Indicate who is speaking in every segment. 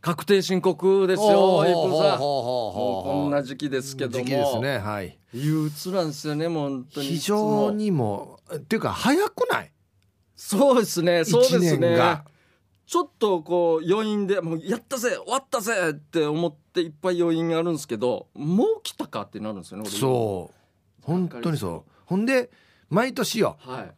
Speaker 1: 確定申告です
Speaker 2: ほ
Speaker 1: よ、
Speaker 2: う
Speaker 1: エイ
Speaker 2: ほう
Speaker 1: プ
Speaker 2: ほう
Speaker 1: さん。
Speaker 2: ほうほ
Speaker 1: も
Speaker 2: う
Speaker 1: うこんな時期ですけども。
Speaker 2: 時期ですねはい
Speaker 1: 憂鬱なんですよね、もう本当に。
Speaker 2: 非常。にもっていうか早くない
Speaker 1: そうですね、そう
Speaker 2: 一
Speaker 1: です
Speaker 2: 年
Speaker 1: ね。
Speaker 2: が
Speaker 1: ちょっとこう余韻でもうやったぜ終わったぜって思っていっぱい余韻があるんですけどもう来たかってなるんですよね俺
Speaker 2: そう本当にそうほんで毎年よ
Speaker 1: はい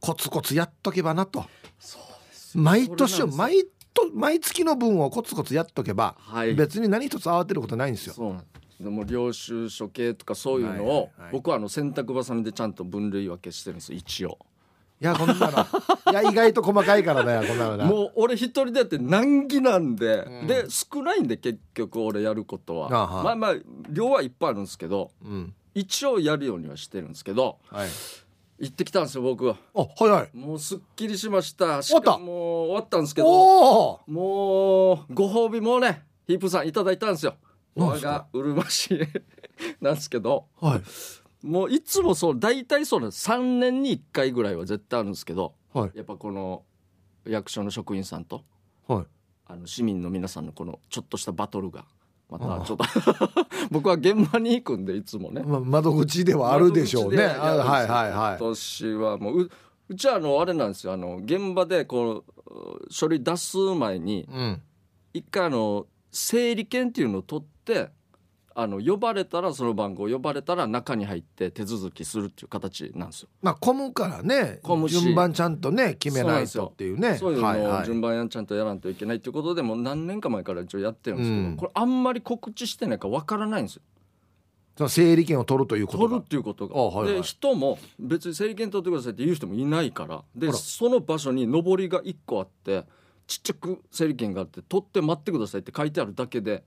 Speaker 2: コツコツやっとけばなと
Speaker 1: そうですよ
Speaker 2: 毎年
Speaker 1: それ
Speaker 2: よ
Speaker 1: なんです
Speaker 2: 毎と毎月の分をコツコツやっとけば
Speaker 1: はい
Speaker 2: 別に何一つ慌てることないんですよ
Speaker 1: そうなんですでも領収書系とかそういうのを、
Speaker 2: はいはい
Speaker 1: 僕はあの洗濯ばさみでちゃんと分類分けしてるんですよ一応
Speaker 2: いやこんな のいや意外と細かいからだよこんなのな
Speaker 1: もう俺一人でやって難儀なんで、
Speaker 2: うん
Speaker 1: で少ないんで結局俺やることは
Speaker 2: あはい
Speaker 1: まあまあ量はいっぱいあるんですけど
Speaker 2: うん
Speaker 1: 一応やるようにはしてるんですけど
Speaker 2: はい
Speaker 1: 行ってきたんですよ僕は
Speaker 2: あはいはい
Speaker 1: もうすっきりしましたし
Speaker 2: 終わった
Speaker 1: かも終わったんですけど
Speaker 2: おお
Speaker 1: もうご褒美もねヒープさんいただいたんですよ
Speaker 2: 何
Speaker 1: 我
Speaker 2: ですか
Speaker 1: がうるま市 なんですけど
Speaker 2: ーはい
Speaker 1: もういつもそう大体そうなんです3年に1回ぐらいは絶対あるんですけど
Speaker 2: はい
Speaker 1: やっぱこの役所の職員さんと
Speaker 2: はい
Speaker 1: あの市民の皆さんのこのちょっとしたバトルがまたちょっと 僕は現場に行くんでいつもね
Speaker 2: ま窓口ではあるでしょうね。
Speaker 1: 窓口でや
Speaker 2: あ
Speaker 1: るんですよ
Speaker 2: はいはいは
Speaker 1: 今
Speaker 2: い。
Speaker 1: 年はもうううちはあのあれなんですよあの現場でこう書類出す前に
Speaker 2: うん。
Speaker 1: 一回あの整理券っていうのを取ってあの呼ばれたらその番号呼ばれたら中に入って手続きするっていう形なんですよ。
Speaker 2: まあ混むからね
Speaker 1: 混む、し
Speaker 2: 順番ちゃんとね決めない
Speaker 1: そう
Speaker 2: と
Speaker 1: なん
Speaker 2: っていうね。
Speaker 1: そういう
Speaker 2: はい
Speaker 1: のを
Speaker 2: は
Speaker 1: 順番やんちゃんとやらんといけないということでもう何年か前から一応やってるんですけど、
Speaker 2: うん
Speaker 1: これあんまり告知してないからわからないんですよ
Speaker 2: その整理券を取るということ
Speaker 1: 取る
Speaker 2: が
Speaker 1: っ。ていうことが、
Speaker 2: あはいはい
Speaker 1: で人も別に整理券取ってくださいって言う人もいないからで
Speaker 2: あら
Speaker 1: その場所に上りが1個あってちっちゃく整理券があって取って待ってくださいって書いてあるだけで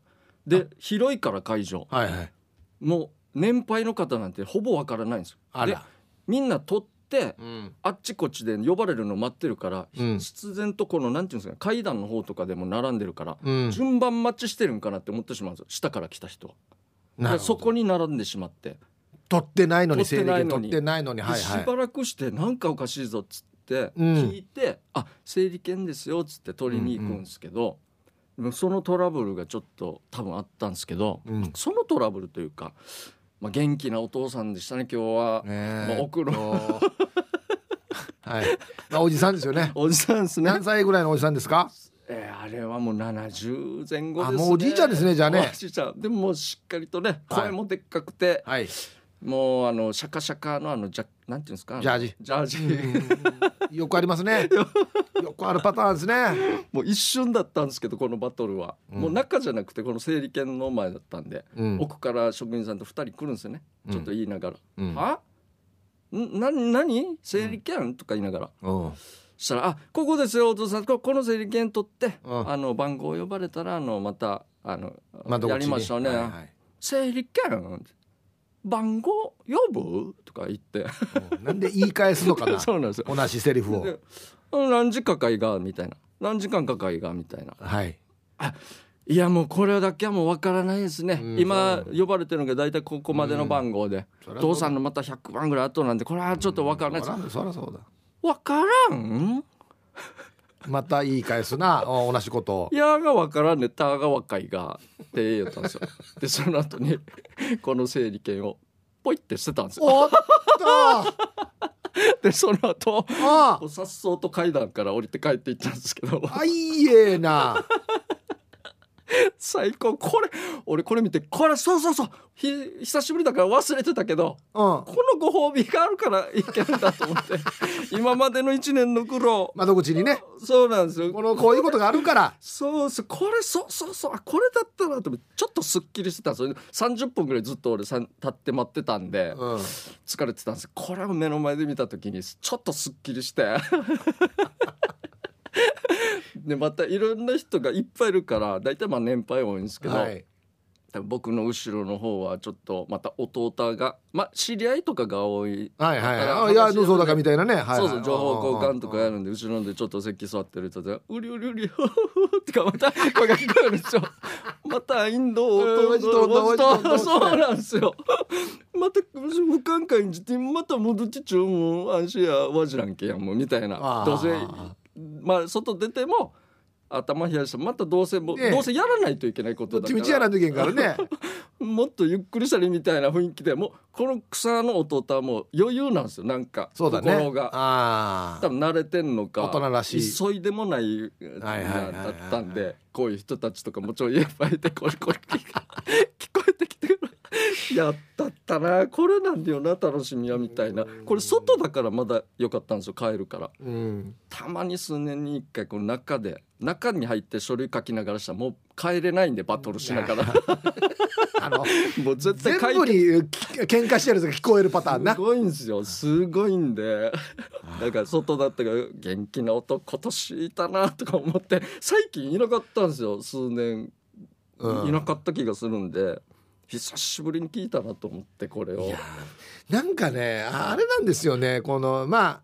Speaker 1: で広いから会場
Speaker 2: はいはい。
Speaker 1: もう年配の方なんてほぼわからないんですよ
Speaker 2: あ
Speaker 1: で
Speaker 2: ら。
Speaker 1: みんな取って
Speaker 2: うん。
Speaker 1: あっちこっちで呼ばれるの待ってるから、
Speaker 2: うん
Speaker 1: 必然とこのなんていうんですか階段の方とかでも並んでるから、
Speaker 2: うん。
Speaker 1: 順番待ちしてるんかなって思ってしまうんですよ下から来た人は
Speaker 2: なる
Speaker 1: で
Speaker 2: ほ
Speaker 1: そ
Speaker 2: ど
Speaker 1: こに並んでしまって
Speaker 2: 取ってないのに整
Speaker 1: 取って
Speaker 2: 理
Speaker 1: ない
Speaker 2: 券
Speaker 1: のに
Speaker 2: 取ってないのにはい
Speaker 1: で
Speaker 2: は
Speaker 1: し
Speaker 2: い。
Speaker 1: ばらくしてなんかおかしいぞっつって
Speaker 2: うん
Speaker 1: 聞いて「あ整理券ですよ」っつって取りに行くんですけど、でもそのトラブルがちょっと多分あったんですけど、
Speaker 2: うん
Speaker 1: そのトラブルというか、まあ、元気なお父さんでしたね今日は、まあ、
Speaker 2: ね
Speaker 1: 奥
Speaker 2: え。
Speaker 1: の。
Speaker 2: はい。まあおじさんですよね
Speaker 1: おじさんですね
Speaker 2: 何。歳ぐらいのおじさんですか。
Speaker 1: えーあれはもう70前後ですね
Speaker 2: あもうおじいちゃんですねじゃあね
Speaker 1: おじいちゃんでももうしっかりとね
Speaker 2: はい
Speaker 1: 声もでっかくて、
Speaker 2: はい。
Speaker 1: もうあのシャカシャカのあのジャなんていうんですか
Speaker 2: ジャージ
Speaker 1: ジャージ、
Speaker 2: よくありますね。よくあるパターンですね。
Speaker 1: もう一瞬だったんですけどこのバトルは、
Speaker 2: うん
Speaker 1: もう中じゃなくてこの整理券の前だったんで、
Speaker 2: うん。
Speaker 1: 奥から職員さんと2人来るんですよねちょっと
Speaker 2: いい。
Speaker 1: 言いながら「
Speaker 2: うん。
Speaker 1: はんな何整理券?」とか言いながら
Speaker 2: うん
Speaker 1: したら「あここですよお父さんここの整理券取って、
Speaker 2: うん
Speaker 1: あの番号呼ばれたらあのまたあの
Speaker 2: 窓口に
Speaker 1: やりましょうね」
Speaker 2: はいはい
Speaker 1: 整理券番号呼ぶとか言って
Speaker 2: うんなんで言い返すのかな。
Speaker 1: そうなんですよ
Speaker 2: 同じセリフを。
Speaker 1: で何時かかいがみたいな何時間かかいがみたいな
Speaker 2: はい。
Speaker 1: いやもうこれだけはもうわからないですね、
Speaker 2: うん
Speaker 1: 今呼ばれてるのが大体ここまでの番号で、父さん
Speaker 2: の
Speaker 1: のまた100番ぐらい後なんでこれはちょっとわからないです、
Speaker 2: そらそらそうだ。
Speaker 1: わからん
Speaker 2: また言い返すな、お同じことを。
Speaker 1: やがわからんねたが若いがって言った んですよでその後にこの整理券をポイって捨てたんですよ
Speaker 2: おっと、あ
Speaker 1: でその後
Speaker 2: あ
Speaker 1: こう、さっそうと階段から降りて帰っていったんですけど
Speaker 2: あいえな。
Speaker 1: 最高これ俺これ見てこれそうそうそうひ久しぶりだから忘れてたけど
Speaker 2: うん。
Speaker 1: このご褒美があるからいけるんだと思って 今までの1年の苦労
Speaker 2: 窓口にね、
Speaker 1: そうなんですよ
Speaker 2: このこういうことがあるから。
Speaker 1: そうそうこれそうそうそうあこれだったなと思ってちょっとすっきりしてたんですよ30分ぐらいずっと俺さん立って待ってたんで
Speaker 2: うん。
Speaker 1: 疲れてたんですこれを目の前で見た時にちょっとすっきりして でまたいろんな人がいっぱいいるから大体まあ年配多いんですけど、
Speaker 2: はい。
Speaker 1: 多分僕の後ろの方はちょっとまた弟がまあ知り合いとかが多い
Speaker 2: はいはい
Speaker 1: だから
Speaker 2: あ。いや、そうだかみたいなね。はいはい
Speaker 1: そうそう情報交換とかやるんで後ろのでちょっと席座ってる人で「うりうりうり ほほほ」とかまた声が聞こえるんですよ またインドを
Speaker 2: うん
Speaker 1: と
Speaker 2: おじとんどおじとんど
Speaker 1: そうなんですよまた不寛解にしてまた戻ってちょもう安心やわじらんけやもうみたいな
Speaker 2: あー
Speaker 1: どうせまあ外出ても頭冷やしてまたどうせもう、
Speaker 2: ねえ
Speaker 1: どうせやらないといけないこと
Speaker 2: どっ
Speaker 1: だ
Speaker 2: ち
Speaker 1: か
Speaker 2: み
Speaker 1: ら
Speaker 2: ちやらんといけんからね
Speaker 1: もっとゆっくりしたりみたいな雰囲気でもうこの草の弟はもう余裕なんですよなんか
Speaker 2: そうだね
Speaker 1: 心が
Speaker 2: あ
Speaker 1: 多分慣れてんのか
Speaker 2: 大人らしい
Speaker 1: 急いでもない
Speaker 2: はいはいはいはい
Speaker 1: だったんでこういう人たちとかもちょいいっぱいいて これこれ聞こえてきてるやったったなこれなんだよな楽しみはみたいなこれ外だからまだ良かったんですよ帰るから
Speaker 2: ーうん
Speaker 1: たまに数年に一回この中で中に入って書類書きながらしたらもう帰れないんでバトルしながら
Speaker 2: あの
Speaker 1: もう絶対
Speaker 2: 全
Speaker 1: 帰
Speaker 2: 部にき喧嘩してるやつが聞こえるパターンな
Speaker 1: すごいんですよすごいんでだから外だったから元気な男今年いたなとか思って最近いなかったんですよ数年
Speaker 2: うん
Speaker 1: いなかった気がするんで、久しぶりに聞いたなと思ってこれを
Speaker 2: いやーなんかねああれなんですよねこのまあ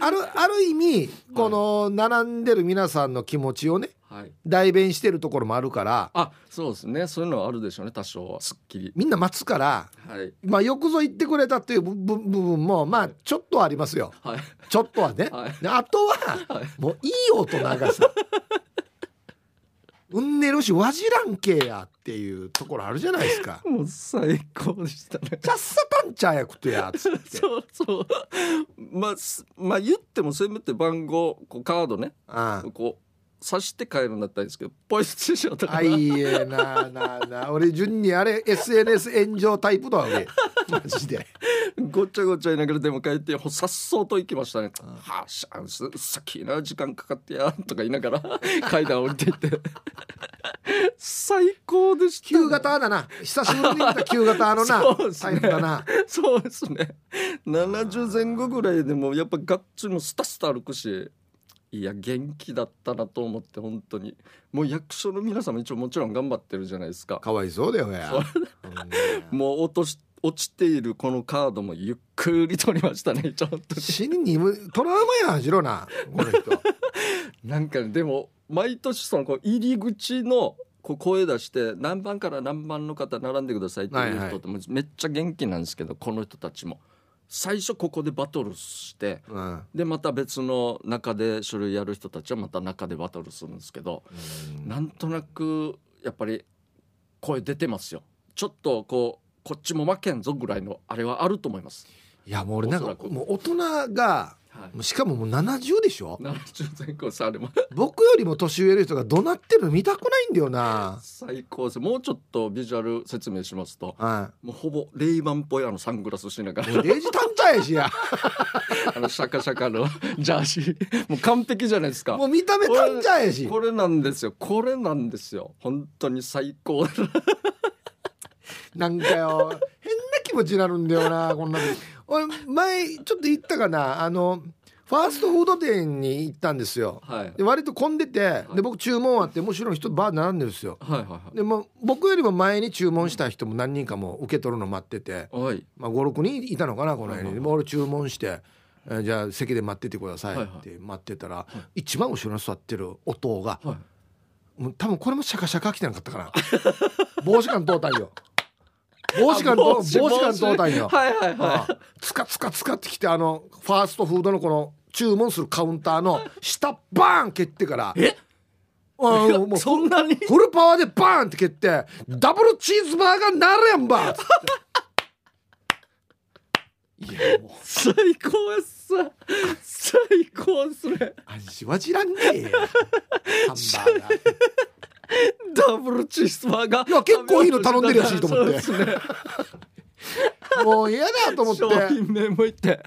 Speaker 2: あるある意味この並んでる皆さんの気持ちをね
Speaker 1: はい
Speaker 2: 代弁してるところもあるから
Speaker 1: あそうですねそういうのはあるでしょうね多少はすっきり
Speaker 2: みんな待つから、
Speaker 1: はい
Speaker 2: まあ、よくぞ言ってくれたという部部部分もまあちょっとはありますよ
Speaker 1: はい
Speaker 2: ちょっとはね。
Speaker 1: はい
Speaker 2: であとは
Speaker 1: はい
Speaker 2: もういい大人がさ「うんねるしわじらんけや」っていうところあるじゃないですか。
Speaker 1: もう最高でしたね
Speaker 2: ちゃっさたんちゃやくとやつって。
Speaker 1: そうそうまあすまあ言ってもせめて番号こうカードね
Speaker 2: あ
Speaker 1: こう刺して帰るんだったらいいんですけどポイ捨てしようと
Speaker 2: あ
Speaker 1: か
Speaker 2: あいえなあなあなあ 俺順にあれ SNS 炎上タイプだわ俺マジで
Speaker 1: ごちゃごちゃいながらでも帰ってほさっそうと行きましたね
Speaker 2: うん
Speaker 1: 「はあしゃんすさっきな時間かかってや」とか言いながら 階段降りていって最高でしたね、
Speaker 2: 旧型だな久しぶりに見た旧型のな
Speaker 1: そうです
Speaker 2: タ
Speaker 1: ね
Speaker 2: イプだな
Speaker 1: そうですね70前後ぐらいでもやっぱがっつりもスタスタ歩くしいや元気だったなと思って本当にもう役所の皆様一応もちろん頑張ってるじゃないですか
Speaker 2: かわいそうだよや
Speaker 1: そうもう落とし落ちているこのカードもゆっくり取りましたねちょっと
Speaker 2: 死ににむトラウマやんしろなこの人
Speaker 1: なんかねでも毎年そのこう入り口のこう声出して何番から何番の方並んでくださいっていう人ってもうめっちゃ元気なんですけどこの人たちも最初ここでバトルして
Speaker 2: うん
Speaker 1: でまた別の中で書類やる人たちはまた中でバトルするんですけどなんとなくやっぱり声出てますよちょっとこうこっちも負けんぞぐらいのあれはあると思います。
Speaker 2: いやもう俺なん
Speaker 1: おそ
Speaker 2: から
Speaker 1: く
Speaker 2: もう大人が
Speaker 1: はい
Speaker 2: もうしかももう70でしょ
Speaker 1: 70前後さあれも
Speaker 2: 僕よりも年上の人が怒鳴ってるの見たくないんだよな、
Speaker 1: 最高ですもうちょっとビジュアル説明しますと
Speaker 2: は
Speaker 1: もうほぼレイバンっぽいあのサングラスしなが
Speaker 2: い、
Speaker 1: ら
Speaker 2: もうデイジ単体やしや
Speaker 1: あのシャカシャカの ジャージーもう完璧じゃないですか
Speaker 2: もう見た目単体やし
Speaker 1: これなんですよこれなんですよ本当に最高
Speaker 2: なんかよ 変な気持ちになるんだよなこんな時俺前ちょっと言ったかなあのファーストフード店に行ったんですよ
Speaker 1: はい
Speaker 2: で割と混んでて
Speaker 1: はい
Speaker 2: で僕注文あってもう後ろの人バー並んでるんですよ
Speaker 1: はいはい
Speaker 2: でもう僕よりも前に注文した人も何人かもう受け取るの待ってて、
Speaker 1: はいはい
Speaker 2: まあ、56人いたのかなこの辺
Speaker 1: はいはいはい
Speaker 2: にでも俺注文して「えーじゃあ席で待っててください」
Speaker 1: は
Speaker 2: っ
Speaker 1: いはい
Speaker 2: て待ってたら、一番後ろに座ってるお父が
Speaker 1: はい
Speaker 2: もう多分これもシャカシャカ来てなかったかな帽子感通ったんよ帽子感
Speaker 1: あ帽
Speaker 2: 通
Speaker 1: 子
Speaker 2: 帽子感通ったんよ、
Speaker 1: はいはい
Speaker 2: あ
Speaker 1: は
Speaker 2: あつかつかつかってきてあのファーストフードのこの注文するカウンターの下バーン蹴ってから
Speaker 1: いえ
Speaker 2: ああもう
Speaker 1: そんなに
Speaker 2: フルパワーでバーンって蹴ってダブルチーズバーガーなるやんばっつっていやもう
Speaker 1: 最高っす最高っすね
Speaker 2: あんしわじらんねえ よハンバーガー
Speaker 1: ダブルチーズバーガー
Speaker 2: いや結構いいの頼んでるらしいと思って
Speaker 1: そうですね
Speaker 2: もう嫌だと思って
Speaker 1: 商品名も言って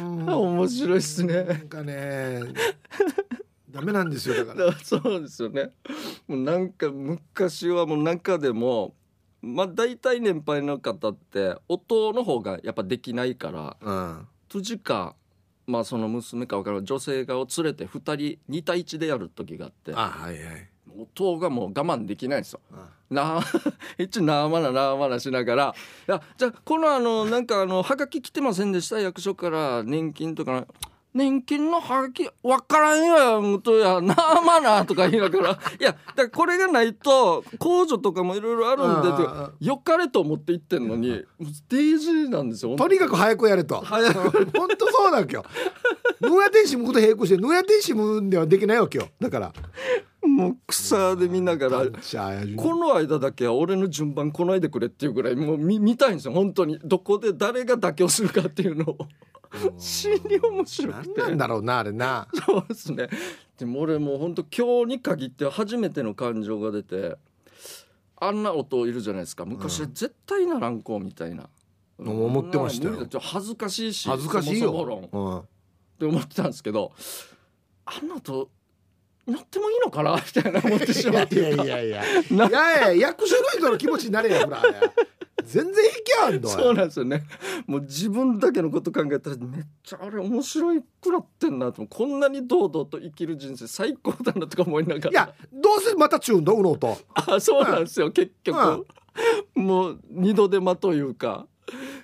Speaker 2: うん
Speaker 1: 面白いっす
Speaker 2: な
Speaker 1: ね
Speaker 2: んかねダメなんですよだから
Speaker 1: だから そうですよねもうなんか昔はもう中でもまあ大体年配の方って音の方がやっぱできないから
Speaker 2: うん
Speaker 1: 辻かまあその娘か分からない女性がを連れて2人2対1でやる時があって
Speaker 2: あはいはい
Speaker 1: 音がもう我慢できないんですよ。
Speaker 2: あ
Speaker 1: なあ 一応なあまななあまなしながら「いやじゃあこのあのなんかあのはがき来てませんでした役所から年金とかの年金のハガキわからんよ元やなあまあなとか言いながらいやだからこれがないと控除とかもいろいろあるんでって
Speaker 2: あ
Speaker 1: よかれと思って行ってんのにもうデージーなんですよ
Speaker 2: とにかく早くやれと
Speaker 1: 早く
Speaker 2: 本当そうなんけよ野屋天使むこと並行して野屋天使むんではできないわけよだから
Speaker 1: もう草で見ながら
Speaker 2: じゃあ
Speaker 1: この間だけは俺の順番来ないでくれっていうぐらいもう見見たいんですよ本当にどこで誰が妥協するかっていうのを死に面白く
Speaker 2: 何
Speaker 1: て
Speaker 2: なんだろうなあれな
Speaker 1: そうですねでも俺もう本当今日に限って初めての感情が出てあんな音いるじゃないですか昔は絶対ならんこみたいな、
Speaker 2: ん思ってましたよ
Speaker 1: 無理だって恥ずかしいし
Speaker 2: 恥ずかしい
Speaker 1: そもそも論
Speaker 2: よ、うん
Speaker 1: って思ってたんですけどあんな音なってもいいのかなみたいな思ってしまって
Speaker 2: いやいやいやいやいやいや役所の人の気持ちになれよほら全然平気やんの
Speaker 1: そうなんですよねもう自分だけのこと考えたらめっちゃあれ面白いくらってんなとこんなに堂々と生きる人生最高だなとか思いながら
Speaker 2: いやどうせまたチューンだうのと
Speaker 1: あそうなんですよ、結局、もう二度手間というか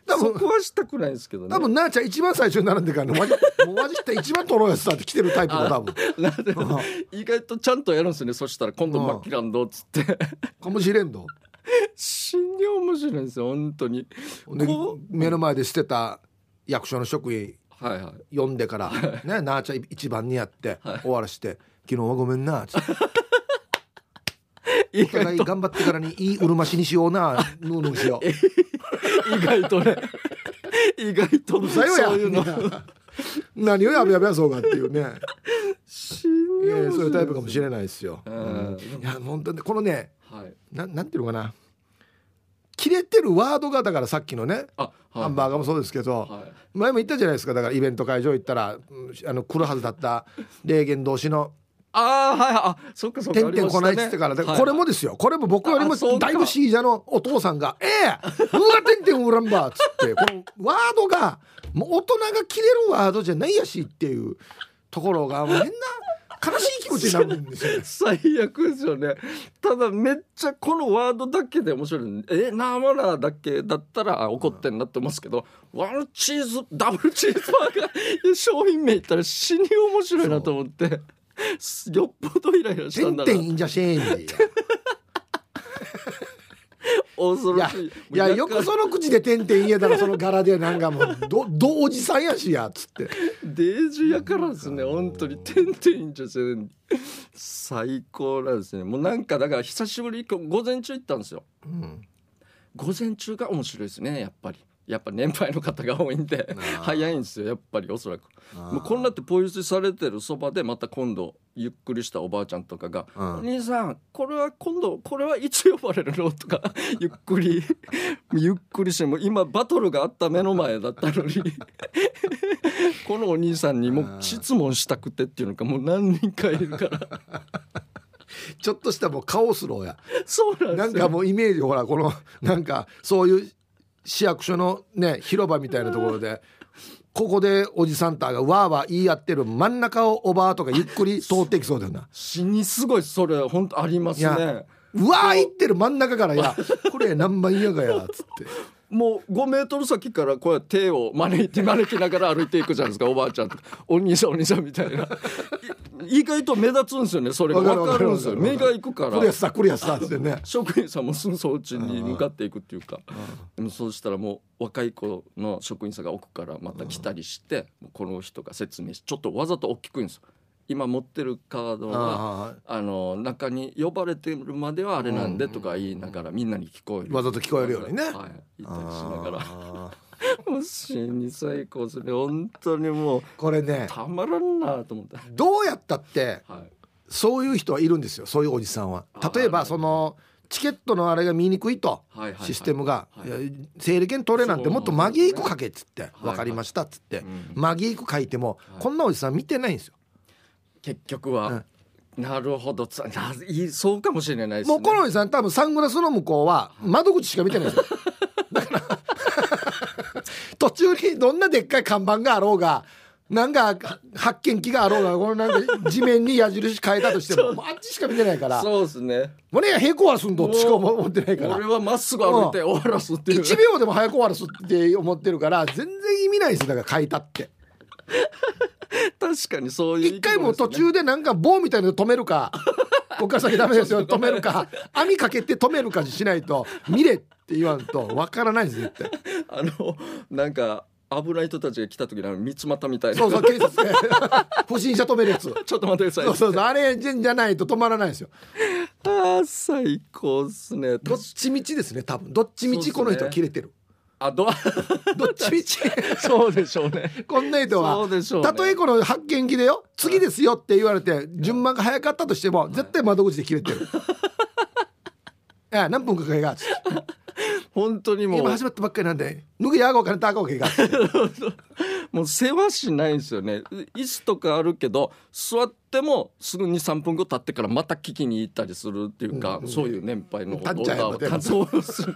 Speaker 2: 多
Speaker 1: そ
Speaker 2: 分
Speaker 1: こはしたくないんですけどね
Speaker 2: 多分なあちゃん一番最初に並んでからのマジもうマジって一番とろうやつだって来てるタイプだ多分
Speaker 1: なんで
Speaker 2: うん
Speaker 1: 意外とちゃんとやるんですよねそしたら今度
Speaker 2: うん
Speaker 1: マッキランドっつって
Speaker 2: かもしれんど
Speaker 1: 死に面白いんですよ本当に
Speaker 2: で
Speaker 1: こう
Speaker 2: 目の前で捨てた役所の職員
Speaker 1: はいはい
Speaker 2: 読んでから、ね、なあちゃん一番にやって、終わらして「昨日はごめんな」つって
Speaker 1: 意
Speaker 2: お互
Speaker 1: 外
Speaker 2: い
Speaker 1: と
Speaker 2: 頑張ってからにいいうるましにしようなぬうぬう しよう」
Speaker 1: 意外と ね意外と
Speaker 2: さよや
Speaker 1: そういうの
Speaker 2: 何をやべやべやそうかっていうね、
Speaker 1: 死に
Speaker 2: え
Speaker 1: 面白い
Speaker 2: ーそういうタイプか
Speaker 1: も
Speaker 2: もしれないですよ、
Speaker 1: うん
Speaker 2: いや本当にこのね
Speaker 1: はい
Speaker 2: ななんていうのかな切れてるワードがだからさっきのね
Speaker 1: あ、はい、
Speaker 2: ハンバーガーもそうですけど、
Speaker 1: はい
Speaker 2: 前も言ったじゃないですかだからイベント会場行ったらうんあの来るはず だった霊言同士の
Speaker 1: あーはいはいあそっかそっ
Speaker 2: 「
Speaker 1: か
Speaker 2: て
Speaker 1: あ
Speaker 2: ん
Speaker 1: り
Speaker 2: てん
Speaker 1: ま
Speaker 2: こ
Speaker 1: し
Speaker 2: な
Speaker 1: た
Speaker 2: い」
Speaker 1: ね
Speaker 2: っつってからだから
Speaker 1: はい
Speaker 2: これもですよこれも僕よりも
Speaker 1: あそうか。
Speaker 2: だいぶシージャのお父さんが「ええうわてんてんウランバー」っつってこのワードがもう大人が切れるワードじゃないやしっていうところがもう変な悲しい気持ちになるんですよね
Speaker 1: 最悪ですよねただめっちゃこのワードだけで面白いえなまらだけだったらあ怒ってんなって思うんですけど、ワンチーズダブルチーズバーガー商品名言ったら死に面白いなと思ってすよっぽどイライラしてたん
Speaker 2: ん
Speaker 1: だ
Speaker 2: て
Speaker 1: なん
Speaker 2: インジャシェ ーンジ
Speaker 1: 恐ろ
Speaker 2: いや
Speaker 1: しい
Speaker 2: いやよく
Speaker 1: そ
Speaker 2: その口で「てんてん」言えたらその柄でなんかもうど どおじさんやしやっつって
Speaker 1: デージやからですね本当に点々いいんじゃせん最高なんですねもうなんかだから久しぶりこう午前中行ったんですよ
Speaker 2: うん
Speaker 1: 午前中が面白いですねやっぱりやっぱ年配の方が多いんで
Speaker 2: あー
Speaker 1: 早いんですよやっぱりおそらく
Speaker 2: あー
Speaker 1: もうこんなってポイ捨てされてるそばでまた今度ゆっくりしたおばあちゃんとかが「
Speaker 2: うん
Speaker 1: お兄さんこれは今度これはいつ呼ばれるの?」と かゆっくりゆっくりしてもう今バトルがあった目の前だったの にこのお兄さんにもう質問したくてっていうのかもう何人かいるから
Speaker 2: ちょっとしたもうカオスローや
Speaker 1: そうな
Speaker 2: なんん
Speaker 1: ですよ
Speaker 2: かもうイメージほらこのなんかそういう市役所のね広場みたいなところでここでおじさんたがわーわー言い合ってる真ん中をおばあとかゆっくり通っていきそうだよな。
Speaker 1: 死にすごいそれ本当あります
Speaker 2: いや
Speaker 1: ね。
Speaker 2: うわー言ってる真ん中か らやこれ何番やがやっつって
Speaker 1: もう5メートル先からこうやって手を招いて招きながら歩いていくじゃないですかおばあちゃんとかお兄さんお兄さんみたい ない意外と目立つんですよねそれが
Speaker 2: わかる
Speaker 1: 分かるんですよ
Speaker 2: わかる
Speaker 1: 目が行くか
Speaker 2: 来るや
Speaker 1: ら
Speaker 2: つさ来るやつさっつってね
Speaker 1: 職員さんもすぐそっちに向かっていくっていうかでもそうしたらもう若い子の職員さんが奥からまた来たりしてもうこの人が説明しちょっとわざと大きく言うんですよ今持ってるカードは
Speaker 2: あ
Speaker 1: あの中に呼ばれてるまではあれなんでとか言いながらみんなに聞こえる
Speaker 2: わざと聞こえるようにね
Speaker 1: はい、言ったりしながら
Speaker 2: あ
Speaker 1: もう真に最高ですね本当にもう
Speaker 2: ーこれね
Speaker 1: たまらんなと思って
Speaker 2: どうやったって
Speaker 1: はい
Speaker 2: そういう人はいるんですよそういうおじさんは例えばそのチケットのあれが見にくいと
Speaker 1: はいはいはい
Speaker 2: システムが「
Speaker 1: はいい
Speaker 2: や整理券取れ」なんてもっと「マギーク書け」っつって「
Speaker 1: い
Speaker 2: 分かりました」っつって
Speaker 1: ん
Speaker 2: 「マギーク書いても
Speaker 1: はい
Speaker 2: こんなおじさん見てないんですよ。
Speaker 1: 結局は、なるほどつないいそうかもしれないですね
Speaker 2: もうこのおじさん多分サングラスの向こうは窓口しか見てないんですよ。だから 途中にどんなでっかい看板があろうがなんか発見機があろうがこのなんか地面に矢印変えたとしてももうあっちしか見てないから
Speaker 1: そうですね
Speaker 2: 「もうね平行はすんど」っちしか思ってないから
Speaker 1: 俺。はまっすぐ歩いて終わらすっていう
Speaker 2: 1秒でも早く終わらすって思ってるから全然意味ないですよだから書いたって
Speaker 1: 確かにそういう
Speaker 2: 一回もう途
Speaker 1: 生
Speaker 2: 中でなんか棒みたいなの止める かこっから先ダメですよ止めるか網かけて止めるかにしないと見れって言わんとわからないです絶対
Speaker 1: き物ですねあのなんか危ない人たちが来た時のあの三つ股みたいな
Speaker 2: そうそう警察ね 不審者止めるやつ
Speaker 1: ちょっと待ってください
Speaker 2: そうそうそうあれじゃないと止まらないですよ
Speaker 1: あー最高っすね
Speaker 2: どっちみちですね多分どっちみちこの人は切れてる、
Speaker 1: あ ど
Speaker 2: どっち みち
Speaker 1: そうでしょうね
Speaker 2: こんな人は
Speaker 1: そうでしょうね
Speaker 2: たとえこの発見機でよ次ですよって言われて順番が早かったとしても絶対窓口で切れて るいや何分かかけがつって
Speaker 1: 本当にもう
Speaker 2: 今始まったばっかりなんで脱ぎやごうかなたごう けがつって
Speaker 1: もう世話しないんですよね椅子とかあるけど座ってもすぐ23分後経ってからまた聞きに行ったりするっていうか、そういう年配の
Speaker 2: たっちゃんやっぱ
Speaker 1: たそうする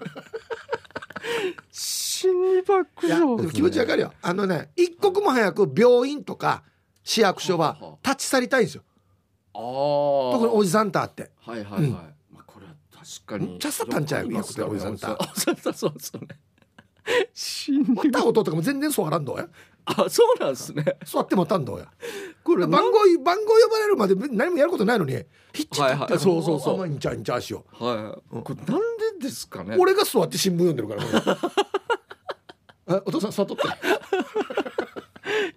Speaker 1: 死に爆
Speaker 2: いやで
Speaker 1: 笑
Speaker 2: も
Speaker 1: ですね
Speaker 2: 気持ちわかるよあのね一刻も早く病院とか市役所は
Speaker 1: はは
Speaker 2: 立ち去りたいんですよ
Speaker 1: ああ
Speaker 2: 特におじさんと会って
Speaker 1: はいはいはい、まあこれは確か
Speaker 2: う
Speaker 1: に
Speaker 2: んちゃっさったんちゃ
Speaker 1: よく
Speaker 2: う
Speaker 1: ありますね
Speaker 2: いいことだ
Speaker 1: あ そうそうそうそうね死に
Speaker 2: また音とかも全然座らん どうや
Speaker 1: あそうなんですね
Speaker 2: 座ってもたんどうや
Speaker 1: これ
Speaker 2: 番号番号呼ばれるまで何もやることないのにひっち
Speaker 1: はい
Speaker 2: り
Speaker 1: は
Speaker 2: っ
Speaker 1: い
Speaker 2: て
Speaker 1: そうそうそう
Speaker 2: にちゃんちゃしよ
Speaker 1: はい、これなんでですかね
Speaker 2: う俺が座って新聞読んでるから 俺えお父さん座っとって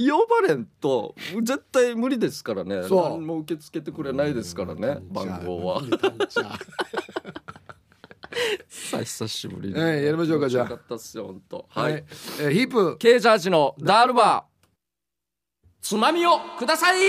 Speaker 1: 呼ばれんと絶対無理ですからね
Speaker 2: そう
Speaker 1: 何も受け付けてくれないですからね番号は
Speaker 2: じゃあじゃあ
Speaker 1: さあ久しぶり
Speaker 2: はいやりましょうかじゃあ
Speaker 1: よかったっすよ本当
Speaker 2: は、
Speaker 1: はいい、
Speaker 2: えーヒープ
Speaker 1: ケージャージのダールバーつまみをください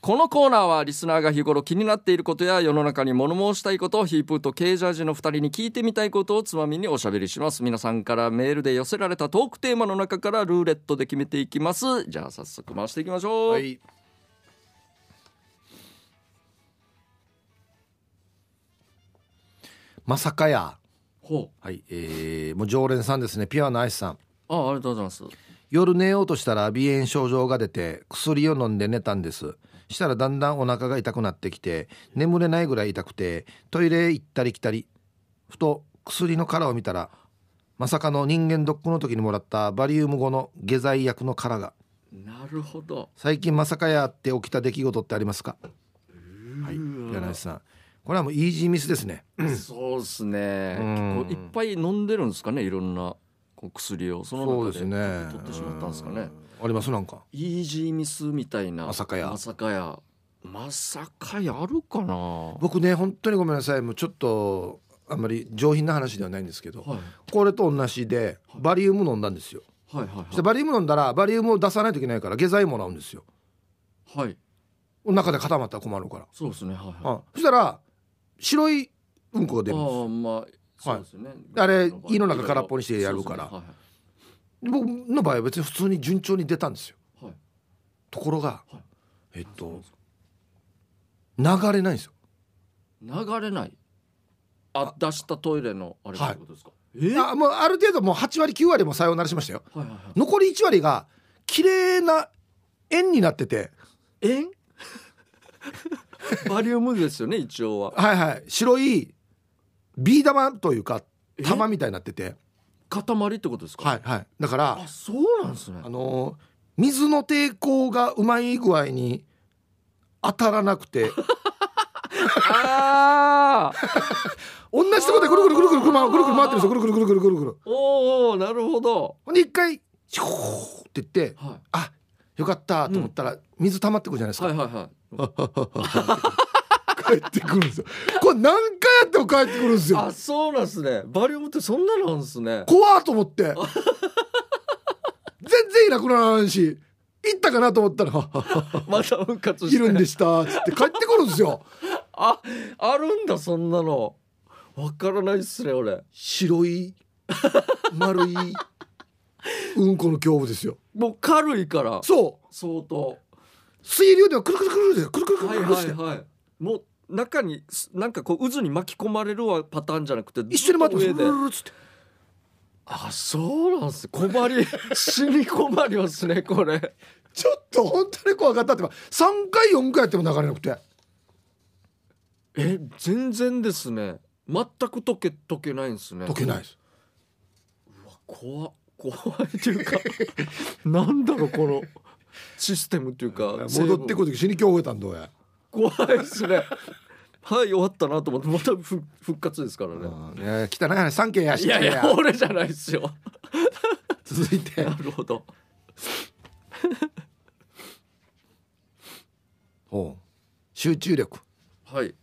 Speaker 1: このコーナーはリスナーが日頃気になっていることや世の中に物申したいことをヒープーとケージャージの2人に聞いてみたいことをつまみにおしゃべりします皆さんからメールで寄せられたトークテーマの中からルーレットで決めていきますじゃあ早速回していきましょう、
Speaker 2: はいまさかや
Speaker 1: ほう
Speaker 2: はいえーもう常連さんですねピュアなアイスさん
Speaker 1: あありがとうございます
Speaker 2: 夜寝ようとしたら鼻炎症状が出て薬を飲んで寝たんですしたらだんだんお腹が痛くなってきて眠れないぐらい痛くてトイレ行ったり来たりふと薬の殻を見たらまさかの人間ドックの時にもらったバリウム後の下剤薬の殻が
Speaker 1: なるほど
Speaker 2: 最近まさかやって起きた出来事ってありますかはい柳井さんこれはもうイージーミスですね
Speaker 1: そうですね
Speaker 2: う
Speaker 1: 結
Speaker 2: ん
Speaker 1: 構いっぱい飲んでるんですかねいろんなこう薬をその中で取ってしまったんですかね
Speaker 2: うんありますなんか
Speaker 1: イージーミスみたいな
Speaker 2: まさかや
Speaker 1: まさかやまさかやあるかなは
Speaker 2: 僕ね本当にごめんなさいもうちょっとあんまり上品な話ではないんですけど、
Speaker 1: いはい
Speaker 2: これと同じでバリウム飲んだんですよ
Speaker 1: はい
Speaker 2: そして
Speaker 1: は
Speaker 2: バリウム飲んだらバリウムを出さないといけないから下剤もらうんですよ
Speaker 1: いはい
Speaker 2: お腹で固まったら困るから、
Speaker 1: そうですねはいはい
Speaker 2: うんそしたら白いうんこが出るんです
Speaker 1: ああまあそうですね
Speaker 2: あれ胃の中空っぽにしてやるから
Speaker 1: そうですね
Speaker 2: 僕の場合は別に普通に順調に出たんですよ
Speaker 1: はいはい
Speaker 2: ところが、
Speaker 1: はい
Speaker 2: えっ
Speaker 1: そうなん
Speaker 2: と
Speaker 1: ですか
Speaker 2: 流れないんですよ
Speaker 1: 流れないあ出したトイレのあれってことですかえー
Speaker 2: あもうある程度もう8割9割もさようならしましたよ
Speaker 1: はいはいはい
Speaker 2: 残り1割が綺麗な円になってて
Speaker 1: 円バリウムですよね一応は
Speaker 2: はいはい白いビー玉というか玉みたいになってて
Speaker 1: 塊ってことですか
Speaker 2: はいはいだから
Speaker 1: あそうなんですね
Speaker 2: あの水の抵抗がうまい具合に当たらなく て
Speaker 1: ああ
Speaker 2: 同じとこでぐるぐるぐるぐるぐる回ぐるぐる回ってるんですよぐるぐるぐるぐるぐるぐる
Speaker 1: おーおーなるほど
Speaker 2: ほんで一回シューって言って
Speaker 1: は
Speaker 2: あよかったと思ったら水溜まってくるじゃないです
Speaker 1: いは
Speaker 2: か、
Speaker 1: いはいはい
Speaker 2: 帰ってくるんですよこれ何回やっても帰ってくるんですよ
Speaker 1: あそうなんですねバリウムってそんななんですね
Speaker 2: 怖っと思って全然いなくならんし行ったかなと思ったら
Speaker 1: また復活して
Speaker 2: いるんでしたっつって帰ってくるんですよ
Speaker 1: ああるんだそんなのわからないっすね俺
Speaker 2: 白い丸いうんこの胸部ですよ
Speaker 1: もう軽いから
Speaker 2: そう
Speaker 1: 相当
Speaker 2: 水流ではくるくるくるくるくるくる
Speaker 1: は
Speaker 2: く
Speaker 1: い
Speaker 2: るくる
Speaker 1: はい
Speaker 2: して
Speaker 1: はいもう中にすなんかこう渦に巻き込まれるはパターンじゃなくて
Speaker 2: 一緒に回ってます
Speaker 1: ず
Speaker 2: く
Speaker 1: っと
Speaker 2: る
Speaker 1: 上
Speaker 2: く
Speaker 1: で
Speaker 2: るっつって
Speaker 1: あそうなんす困り 死に困りますねこれ
Speaker 2: ちょっと本当に怖かったってば3回4回やっても流れなくて
Speaker 1: え全然ですね全く溶け溶けないんですね
Speaker 2: 解けないです
Speaker 1: 怖っ怖いというか なんだろうこのシステムというか
Speaker 2: 戻ってくる時死に今日覚えたんどうや
Speaker 1: 怖いですねはい終わったなと思ってまたふ復活ですからね
Speaker 2: うんいや汚い話三件やし
Speaker 1: いやいや俺じゃないですよ
Speaker 2: 続いて
Speaker 1: なるほど
Speaker 2: ほう集中力
Speaker 1: はいあり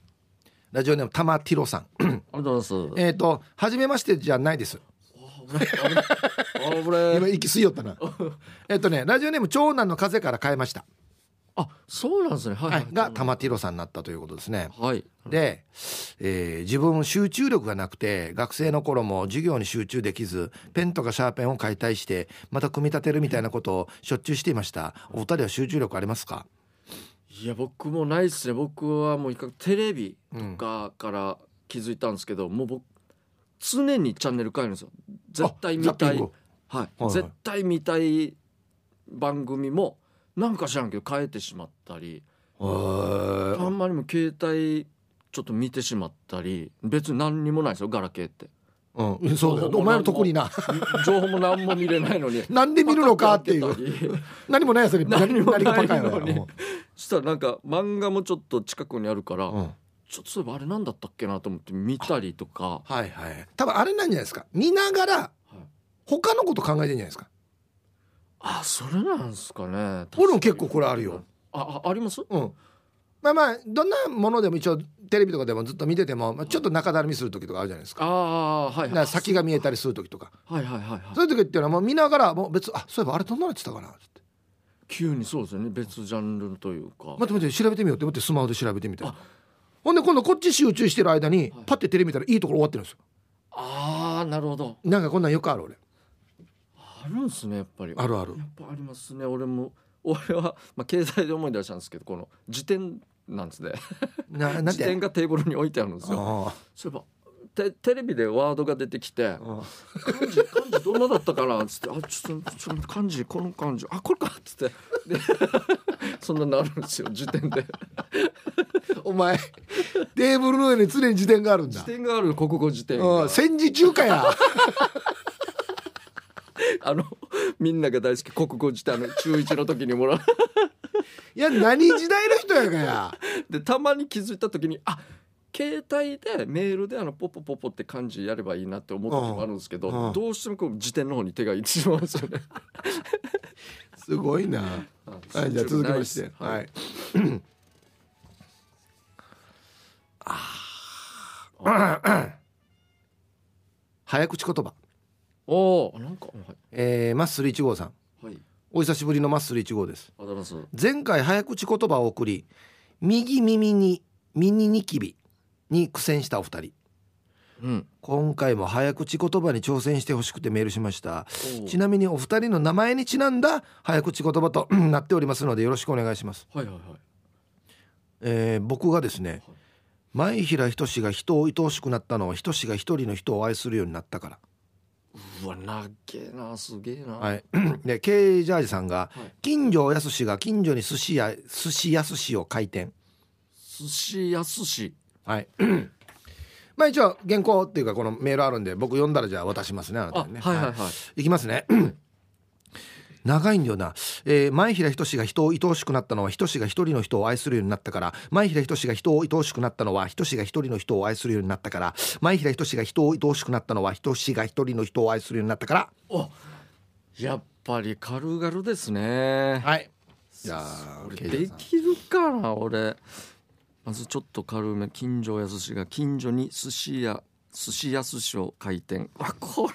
Speaker 2: ラジオネーム玉ティロさん
Speaker 1: がとうございます
Speaker 2: えっと初めましてじゃないです
Speaker 1: あ ぶね
Speaker 2: 今息吸いよったなえっとねラジオネーム長男の風から変えました、
Speaker 1: あそうなんですねはい、
Speaker 2: はい、が玉ティロさんになったということですね
Speaker 1: はい
Speaker 2: で、えー自分集中力がなくて学生の頃も授業に集中できずペンとかシャーペンを解体してまた組み立てるみたいなことをしょっちゅうしていましたお二人は集中力ありますか
Speaker 1: いや僕もないですね僕はもう比較テレビとかから気づいたんですけど、もう僕常にチャンネル変えるんですよ絶対見た
Speaker 2: あザッピン
Speaker 1: い
Speaker 2: グ
Speaker 1: はい、
Speaker 2: はい
Speaker 1: 絶対見たい番組もなんか知らんけど変えてしまったり
Speaker 2: へー
Speaker 1: あんまりも携帯ちょっと見てしまったり別に何にもないですよガラケーって
Speaker 2: うん、そうだよ お前のとこにな
Speaker 1: 情報も何も見れないのに
Speaker 2: なんで見るのかっていう
Speaker 1: パタッとやってたり
Speaker 2: 何もないやつに
Speaker 1: 何もないのに
Speaker 2: がバカやなも
Speaker 1: そしたらなんか漫画もちょっと近くにあるから、
Speaker 2: ううん
Speaker 1: ちょっとそういえばあれなんだったっけなと思って見たりとか
Speaker 2: はいはい多分あれなんじゃないですか見ながら他のこと考えてんじゃないですか
Speaker 1: あそれなんですかね
Speaker 2: 俺も結構これあるよ
Speaker 1: あああります
Speaker 2: うんまあまあどんなものでも一応テレビとかでもずっと見てても、まあ、ちょっと中だるみする時とかあるじゃないですか
Speaker 1: ああはい
Speaker 2: だか
Speaker 1: は
Speaker 2: ら
Speaker 1: い
Speaker 2: 先が見えたりする時とか
Speaker 1: はいはいはいはい
Speaker 2: そういう時っていうのはもう見ながらもう別にあそういえばあれどんなのやってたかなっつって
Speaker 1: 急にそうですよね別ジャンルというか、
Speaker 2: 待って待って調べてみようって思ってスマホで調べてみたい
Speaker 1: あ
Speaker 2: ほんで今度こっち集中してる間に
Speaker 1: はい
Speaker 2: パッてテレビ見たらいいところ終わってるんですよ
Speaker 1: ああなるほど
Speaker 2: なんかこんなんよくある俺
Speaker 1: あるんですねやっぱり
Speaker 2: あるある
Speaker 1: やっぱありますね俺も俺は、まあ、携帯で思い出したんですけどこの辞典なんですね
Speaker 2: ななん
Speaker 1: 辞典
Speaker 2: て
Speaker 1: がテーブルに置いてあるんですよ
Speaker 2: あ
Speaker 1: そういえばテテレビでワードが出てきて
Speaker 2: あうん
Speaker 1: 漢字漢字どんなだったかなっつって「あちょっとちょっと漢字この漢字あこれか」っつってで そんなのあるんですよ辞典で
Speaker 2: お前テーブルの上に常に辞典があるんだ
Speaker 1: 辞典がある国語辞典
Speaker 2: う
Speaker 1: が
Speaker 2: ん戦時中か や
Speaker 1: あのみんなが大好き国語辞典あの中1の時にもらう
Speaker 2: いや何時代の人やかや
Speaker 1: でたまに気づいた時にあ携帯でメールであのポポポポって漢字やればいいなって思う時もあるんですけど、
Speaker 2: うんうん
Speaker 1: どうしてもこう辞典の方に手がいってしまうんですよね。
Speaker 2: すごいなはい、じゃあ続きまして、
Speaker 1: はい
Speaker 2: はい。 ああ、早口言葉。
Speaker 1: おおなんかはい
Speaker 2: えー、マッスル1号さん、
Speaker 1: はい
Speaker 2: お久しぶりのマッスル1号です。
Speaker 1: あざます
Speaker 2: 前回早口言葉を送り、右耳にミニニキビに苦戦したお二人。
Speaker 1: うん
Speaker 2: 今回も早口言葉に挑戦してほしくてメールしまし
Speaker 1: お
Speaker 2: た。
Speaker 1: ー
Speaker 2: ちなみにお二人の名前にちなんだ早口言葉と うんなっておりますのでよろしくお願いします。
Speaker 1: はいはいはい
Speaker 2: えー僕がですね前平仁が人を愛おしくなったのは仁が一人の人を愛するようになったから、
Speaker 1: うわなげえなすげえな、、
Speaker 2: はい い、で K ジャージさんが
Speaker 1: はい
Speaker 2: 金城康が近所に寿司や寿司や寿司を開店
Speaker 1: 寿司や寿司
Speaker 2: はい まあ一応原稿っていうかこのメールあるんで僕読んだらじゃあ渡しますねあな
Speaker 1: あ
Speaker 2: た
Speaker 1: は
Speaker 2: に
Speaker 1: い
Speaker 2: ね
Speaker 1: はいはい、
Speaker 2: いきますね。 長いんだよな、えー前平仁が人を愛おしくなったのは仁が一人の人を愛するようになったから前平仁が人を愛おしくなったのは仁が一人の人を愛するようになったから前平仁が人を愛おしくなったのは仁が一人の人を愛するようになったから
Speaker 1: おやっぱり軽々ですね
Speaker 2: はいじゃあ
Speaker 1: 俺
Speaker 2: K
Speaker 1: で
Speaker 2: さん
Speaker 1: きるかな俺まずちょっと軽め近所や寿司が近所に寿司屋寿司や寿司を開店あこ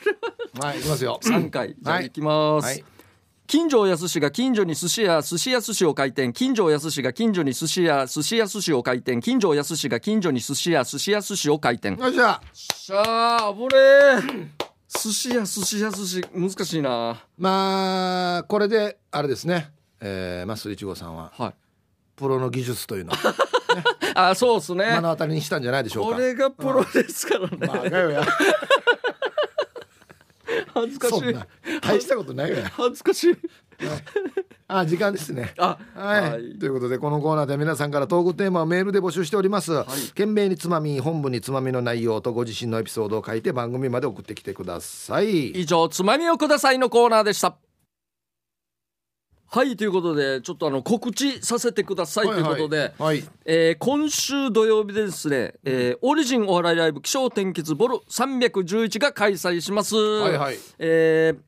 Speaker 1: れは
Speaker 2: はいいきますよ
Speaker 1: 3回じゃあ
Speaker 2: はい
Speaker 1: いきます、
Speaker 2: はい
Speaker 1: 近所や寿司が近所に寿司屋寿司屋寿司を開店近所や寿司が近所に寿司屋寿司屋寿司を開店近所や寿司が近所に寿司屋寿司屋寿司を開店
Speaker 2: よっしゃ
Speaker 1: しゃあぶれ寿司屋寿司屋寿司難しいな
Speaker 2: まあこれであれですね、えー、マスリチゴさんは
Speaker 1: はい
Speaker 2: プロの技術というのを
Speaker 1: あそうです
Speaker 2: 目
Speaker 1: ね
Speaker 2: の当たりにしたんじゃないでしょう
Speaker 1: こ
Speaker 2: か
Speaker 1: れがプロですからね、
Speaker 2: バカよや
Speaker 1: 恥ずかし
Speaker 2: そん
Speaker 1: い
Speaker 2: な大したことないよや
Speaker 1: 恥ずかしい
Speaker 2: あ時間ですね
Speaker 1: あ
Speaker 2: はい、
Speaker 1: はい
Speaker 2: ということでこのコーナーでは皆さんからトークテーマをメールで募集しております、懸命につまみ本文につまみの内容とご自身のエピソードを書いて番組まで送ってきてください
Speaker 1: 以上「つまみをください」のコーナーでしたはいということでちょっとあの告知させてくださいということで、
Speaker 2: はい
Speaker 1: えー今週土曜日でですね、えーオリジンお笑いライブ気象転結ボル311が開催します。
Speaker 2: はいはい
Speaker 1: えー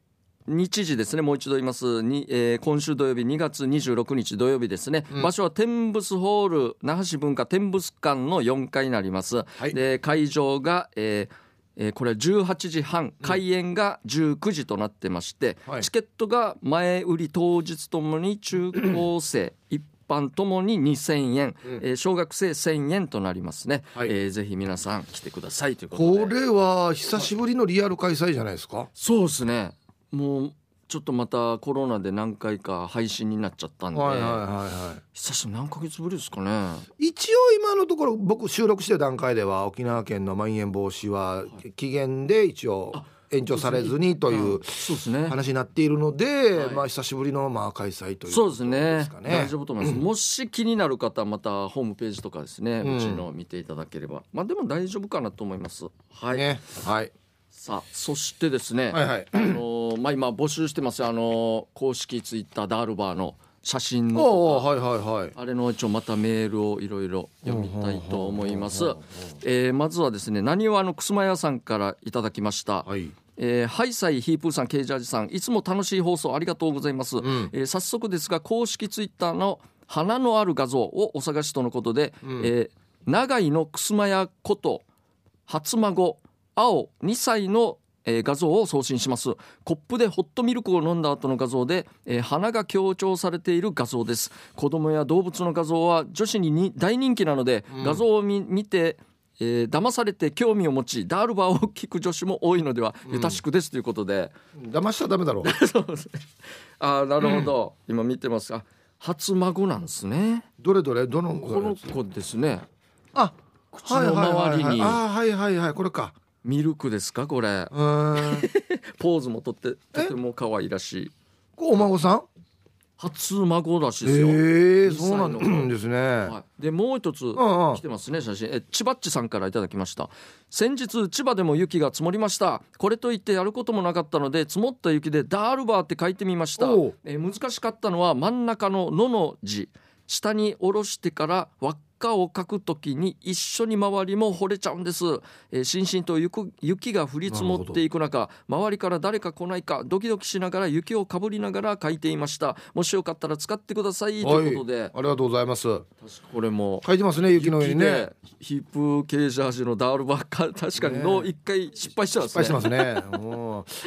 Speaker 1: 日時ですねもう一度言いますに、えー今週土曜日2月26日土曜日ですね、場所は天仏ホール那覇市文化天仏館の4階になります、
Speaker 2: い
Speaker 1: で会場が、えーえーこれは18時半開演が19時となってまして、
Speaker 2: はい
Speaker 1: チケットが前売り当日ともに中高 生一般ともに2000円、えー小学生1000円となりますね、
Speaker 2: はい
Speaker 1: えーぜひ皆さん来てくださいということで
Speaker 2: これは久しぶりのリアル開催じゃないですか
Speaker 1: そうですねもうちょっとまたコロナで何回か配信になっちゃったんで、
Speaker 2: はいはいはいは
Speaker 1: 久しぶり何ヶ月ぶりですかね
Speaker 2: い一応今のところ僕収録してる段階では沖縄県のまん延防止は期限で一応延長されずにという
Speaker 1: そうですね
Speaker 2: 話になっているので、
Speaker 1: はい
Speaker 2: まあ久しぶりのまあ開催という
Speaker 1: そうで
Speaker 2: こと
Speaker 1: すね
Speaker 2: ですかね。
Speaker 1: 大丈夫と思います、もし気になる方はまたホームページとかですね、
Speaker 2: う
Speaker 1: うんちの見ていただければまあでも大丈夫かなと思いますはい、
Speaker 2: ね、はい、
Speaker 1: さあそしてですね、
Speaker 2: はいはい
Speaker 1: あのーまあ今募集してますよあのー公式ツイッターダールバーの写真のとか
Speaker 2: おおはいはいはい
Speaker 1: あれの一応またメールをいろいろ読みたいと思います。えーまずはですね、なにわのくすま屋さんからいただきました。
Speaker 2: はい
Speaker 1: えーハイサイヒープーさんケイジャージさんいつも楽しい放送ありがとうございます、えー早速ですが公式ツイッターの花のある画像をお探しとのことで、えー長井の楠間屋こと初孫青2歳の、えー画像を送信しますコップでホットミルクを飲んだ後の画像で、えー花が強調されている画像です子供や動物の画像は女子にに大人気なので、画像を見見てえー騙されて興味を持ちダールバーを聞く女子も多いのではゆたしくですということで、
Speaker 2: 騙しちゃダメ だろう。
Speaker 1: そうですねああなるほど、今見てますが初孫なんですね
Speaker 2: どれどれどの
Speaker 1: この子ですね
Speaker 2: あ
Speaker 1: 口の周りに
Speaker 2: あはいはいはいこれか。
Speaker 1: ミルクですかこれ
Speaker 2: うーん
Speaker 1: ポーズもとってとても可愛らしい
Speaker 2: これお孫さん？
Speaker 1: 初孫らしい
Speaker 2: ええ
Speaker 1: ですよ、
Speaker 2: ー、そうなん
Speaker 1: 二歳の子
Speaker 2: ですね。
Speaker 1: はい、でもう一つ
Speaker 2: んうん
Speaker 1: 来てますね写真え千葉っちさんからいただきました先日千葉でも雪が積もりましたこれといってやることもなかったので積もった雪でダールバーって書いてみました
Speaker 2: おう
Speaker 1: えー難しかったのは真ん中の「の」の字下に下ろしてから輪っかを書くときに一緒に周りも惚れちゃうんです、えーしんしんと雪雪が降り積もっていく中周りから誰か来ないかドキドキしながら雪をかぶりながら書いていましたもしよかったら使ってくださいということで、
Speaker 2: はいありがとうございます。
Speaker 1: 確かこれも
Speaker 2: 書いてますね雪の上にね。
Speaker 1: 雪でヒップケージャージのダールバッカー確かにの一回失敗したんで
Speaker 2: 失
Speaker 1: すね
Speaker 2: 敗してますね。うん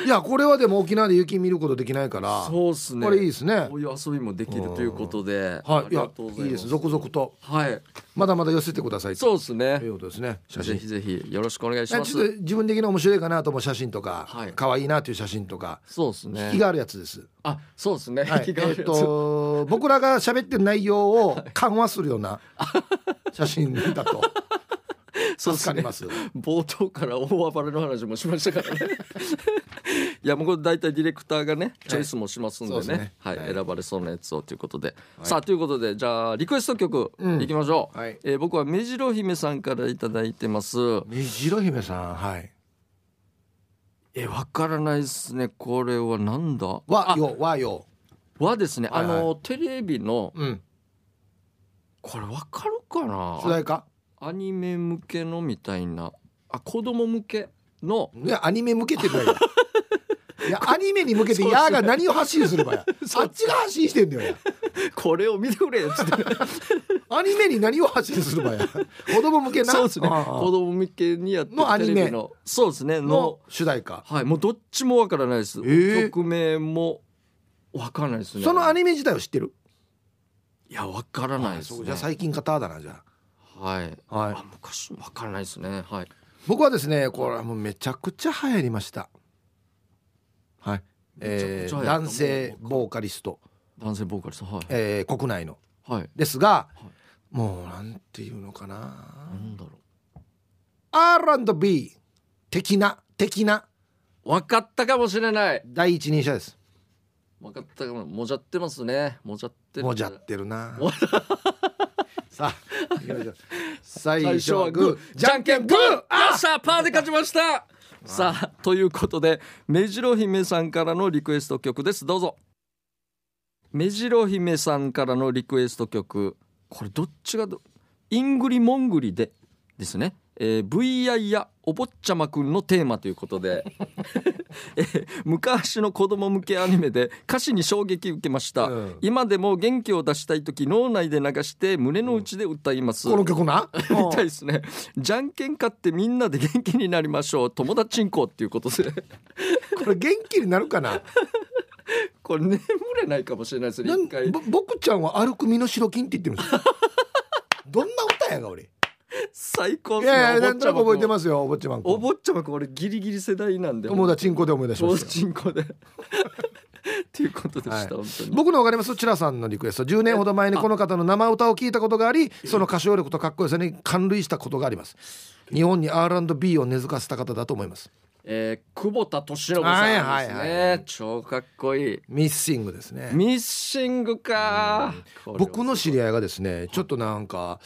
Speaker 2: いやこれはでも沖縄で雪見ることできないから。
Speaker 1: そうですね
Speaker 2: これいいですね
Speaker 1: こ。ういう遊びもできるということであ
Speaker 2: はい、い
Speaker 1: りが
Speaker 2: や
Speaker 1: とうござ
Speaker 2: い
Speaker 1: いま
Speaker 2: いですす。続々と
Speaker 1: はい
Speaker 2: まだまだ寄せてください。
Speaker 1: そうですね
Speaker 2: ということですね。写
Speaker 1: ぜ
Speaker 2: 真。
Speaker 1: ひぜひよろしくお願いし
Speaker 2: ちょ
Speaker 1: ま
Speaker 2: っ
Speaker 1: す
Speaker 2: と自分的に面白いかなと思う写真とか
Speaker 1: はい、
Speaker 2: 可愛いなという写真とか、
Speaker 1: そうです
Speaker 2: 引
Speaker 1: ね
Speaker 2: きがあるやつです。
Speaker 1: あそうですね、
Speaker 2: はい、え
Speaker 1: 引きがある
Speaker 2: っ
Speaker 1: やつ
Speaker 2: と僕らが喋ってる内容を緩和するような 写真だと
Speaker 1: そうっ
Speaker 2: 助か
Speaker 1: す
Speaker 2: り
Speaker 1: ね
Speaker 2: ます。
Speaker 1: 冒頭から大暴れの話もしましたからねいやもうこれ大体ディレクターがねチョイスもしますんで
Speaker 2: そう
Speaker 1: ね,、
Speaker 2: で
Speaker 1: は
Speaker 2: す
Speaker 1: い
Speaker 2: ねはい
Speaker 1: 選ばれそうなやつをということで、さあということでじゃあリクエスト曲いきましょう、
Speaker 2: はい
Speaker 1: えー僕は目白姫さんから頂いただいてます
Speaker 2: 目白姫さん、はい。
Speaker 1: えわからないですねこれはなんだ
Speaker 2: わ
Speaker 1: あ
Speaker 2: よわよ。
Speaker 1: 和ですね、
Speaker 2: はいはい
Speaker 1: あのテレビの
Speaker 2: うん。
Speaker 1: これわかるか
Speaker 2: 主
Speaker 1: な
Speaker 2: 題歌？
Speaker 1: アニメ向けのみたいなあ子供向けの
Speaker 2: いやアニメ向けてる わよ。いやアニメに向けてやーが何を発信する ばや。あっちが発信してんだよや。
Speaker 1: これを見てくれっつって
Speaker 2: アニメに何を発信するばや。子供向けな。
Speaker 1: そうですね
Speaker 2: ああ
Speaker 1: 子供向けにやって
Speaker 2: のアニメ
Speaker 1: テレビのそうですね
Speaker 2: の
Speaker 1: の
Speaker 2: 主題歌。
Speaker 1: はいもうどっちもわからないです、
Speaker 2: ええ
Speaker 1: 曲名もわからないですね
Speaker 2: そのアニメ自体を知ってる。
Speaker 1: いやわからないです
Speaker 2: そう
Speaker 1: ね
Speaker 2: じゃあ最近方だなじゃ
Speaker 1: はい
Speaker 2: あ。はい
Speaker 1: あ昔わからないですねはい
Speaker 2: 僕はですねこれはもうめちゃくちゃ流行りましたはい、え
Speaker 1: めちゃ
Speaker 2: ー
Speaker 1: くちゃ流行った
Speaker 2: 男性ボーカリスト、
Speaker 1: 男性ボーカリストはい
Speaker 2: えー国内の
Speaker 1: はい
Speaker 2: ですが、
Speaker 1: い
Speaker 2: もうなんていうのか
Speaker 1: な
Speaker 2: な、
Speaker 1: んだろ
Speaker 2: R&B 的な的な
Speaker 1: うわかったかもしれない
Speaker 2: 第一人者です
Speaker 1: 分かったかももじゃってますねもじゃってる
Speaker 2: もじゃって るなさあ行きましょう最初はグー
Speaker 1: じ
Speaker 2: じゃ
Speaker 1: ゃ
Speaker 2: ん
Speaker 1: ん
Speaker 2: け
Speaker 1: け
Speaker 2: ん
Speaker 1: ん
Speaker 2: グ
Speaker 1: グ
Speaker 2: ー
Speaker 1: ー
Speaker 2: あ
Speaker 1: よっしゃパーで勝ちましたさあということで目白姫さんからのリクエスト曲ですどうぞ目白姫さんからのリクエスト曲これどっちがどイングリモングリでですね、えー、VI やお坊ちゃまくんのテーマということで、 えー昔の子供向けアニメで歌詞に衝撃受けました、
Speaker 2: うん
Speaker 1: 今でも元気を出したい時脳内で流して胸の内で歌います、
Speaker 2: この曲な
Speaker 1: みたいですね。じゃんけん勝ってみんなで元気になりましょう。友達んこっていうことで。
Speaker 2: これ元気になるかな
Speaker 1: これ眠れないかもしれないですね。
Speaker 2: なん
Speaker 1: 一回
Speaker 2: ぼ僕ちゃんは歩く身の白金って言ってるんですよどんな歌やが俺い
Speaker 1: 最高ですね。
Speaker 2: やいやなんとなく覚えて
Speaker 1: す。
Speaker 2: ますよお坊ちゃまん
Speaker 1: お坊ちゃまくん俺ギリギリ世代なんで。
Speaker 2: 友達んこで思い出しま
Speaker 1: 友
Speaker 2: した
Speaker 1: 達んこで。 っていうことでした、
Speaker 2: はい
Speaker 1: 本当に。
Speaker 2: 僕のわかりますチラさんのリクエスト10年ほど前にこの方の生歌を聞いたことがありその歌唱力とかっこよさに感涙したことがあります日本に R&B を根付かせた方だと思います
Speaker 1: えー、久保田敏信さんですね、
Speaker 2: はいはいは
Speaker 1: 超かっこいい。
Speaker 2: ミッシングですね
Speaker 1: ミッシングか。これは
Speaker 2: 僕の知り合いがですねちょっとなんか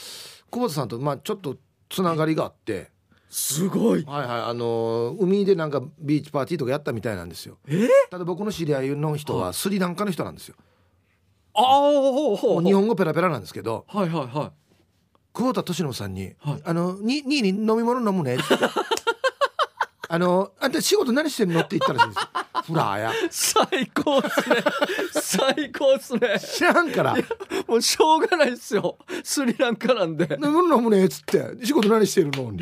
Speaker 2: 久保田さんとまあちょっとつながりがあって
Speaker 1: すごい。
Speaker 2: はいはいあのー海でなんかビーチパーティーとかやったみたいなんですよただ僕の知り合いの人はスリランカの人なんですよ
Speaker 1: ああ、ほう
Speaker 2: も
Speaker 1: ほう
Speaker 2: う日本語ペラペラなんですけど
Speaker 1: はいはいはい。
Speaker 2: 久保田敏信さんに「
Speaker 1: はい
Speaker 2: あのににに飲み物飲むね」って言 って「あのあんた仕事何してんの?」って言ったらしいんですよフラーや
Speaker 1: 最高っすね。 最高っすね。
Speaker 2: 知らんから
Speaker 1: もうしょうがないっすよ。スリランカなんで
Speaker 2: 「飲。み物飲むね」っつって「仕事何してるの?」に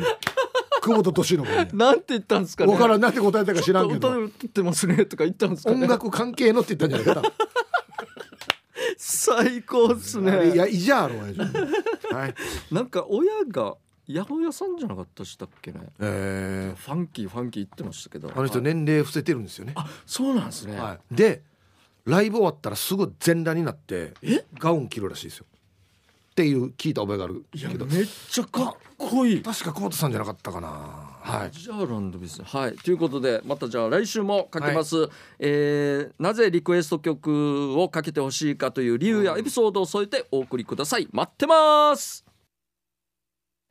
Speaker 2: 久保田敏信に
Speaker 1: なんて言ったんですかね。
Speaker 2: 分からんなんて答えたか知らんけ
Speaker 1: 歌
Speaker 2: ど
Speaker 1: 歌ってますねとか言ったんですかね。
Speaker 2: 音楽関係のって言ったんじゃないか
Speaker 1: 最高っす
Speaker 2: 多分い
Speaker 1: ね。
Speaker 2: やいいじゃあろうやはい
Speaker 1: なんか親が八百屋さんじゃなかったでしたっけね。
Speaker 2: え
Speaker 1: ファンキーファンキー言ってましたけど。
Speaker 2: ーあの人
Speaker 1: はい。
Speaker 2: 年齢伏せてるんですよね
Speaker 1: あ、そうなんですね。
Speaker 2: はいでライブ終わったらすぐ全裸になって
Speaker 1: え
Speaker 2: ガウン着るらしいですよっていう聞いた覚えがある
Speaker 1: いや
Speaker 2: けど
Speaker 1: めっちゃかっこいい。
Speaker 2: 確か久保田さんじゃなかったかなはい
Speaker 1: じゃあランドビスはいということでまたじゃあ来週もかけます、えーなぜリクエスト曲をかけてほしいかという理由やエピソードを添えてお送りください待ってます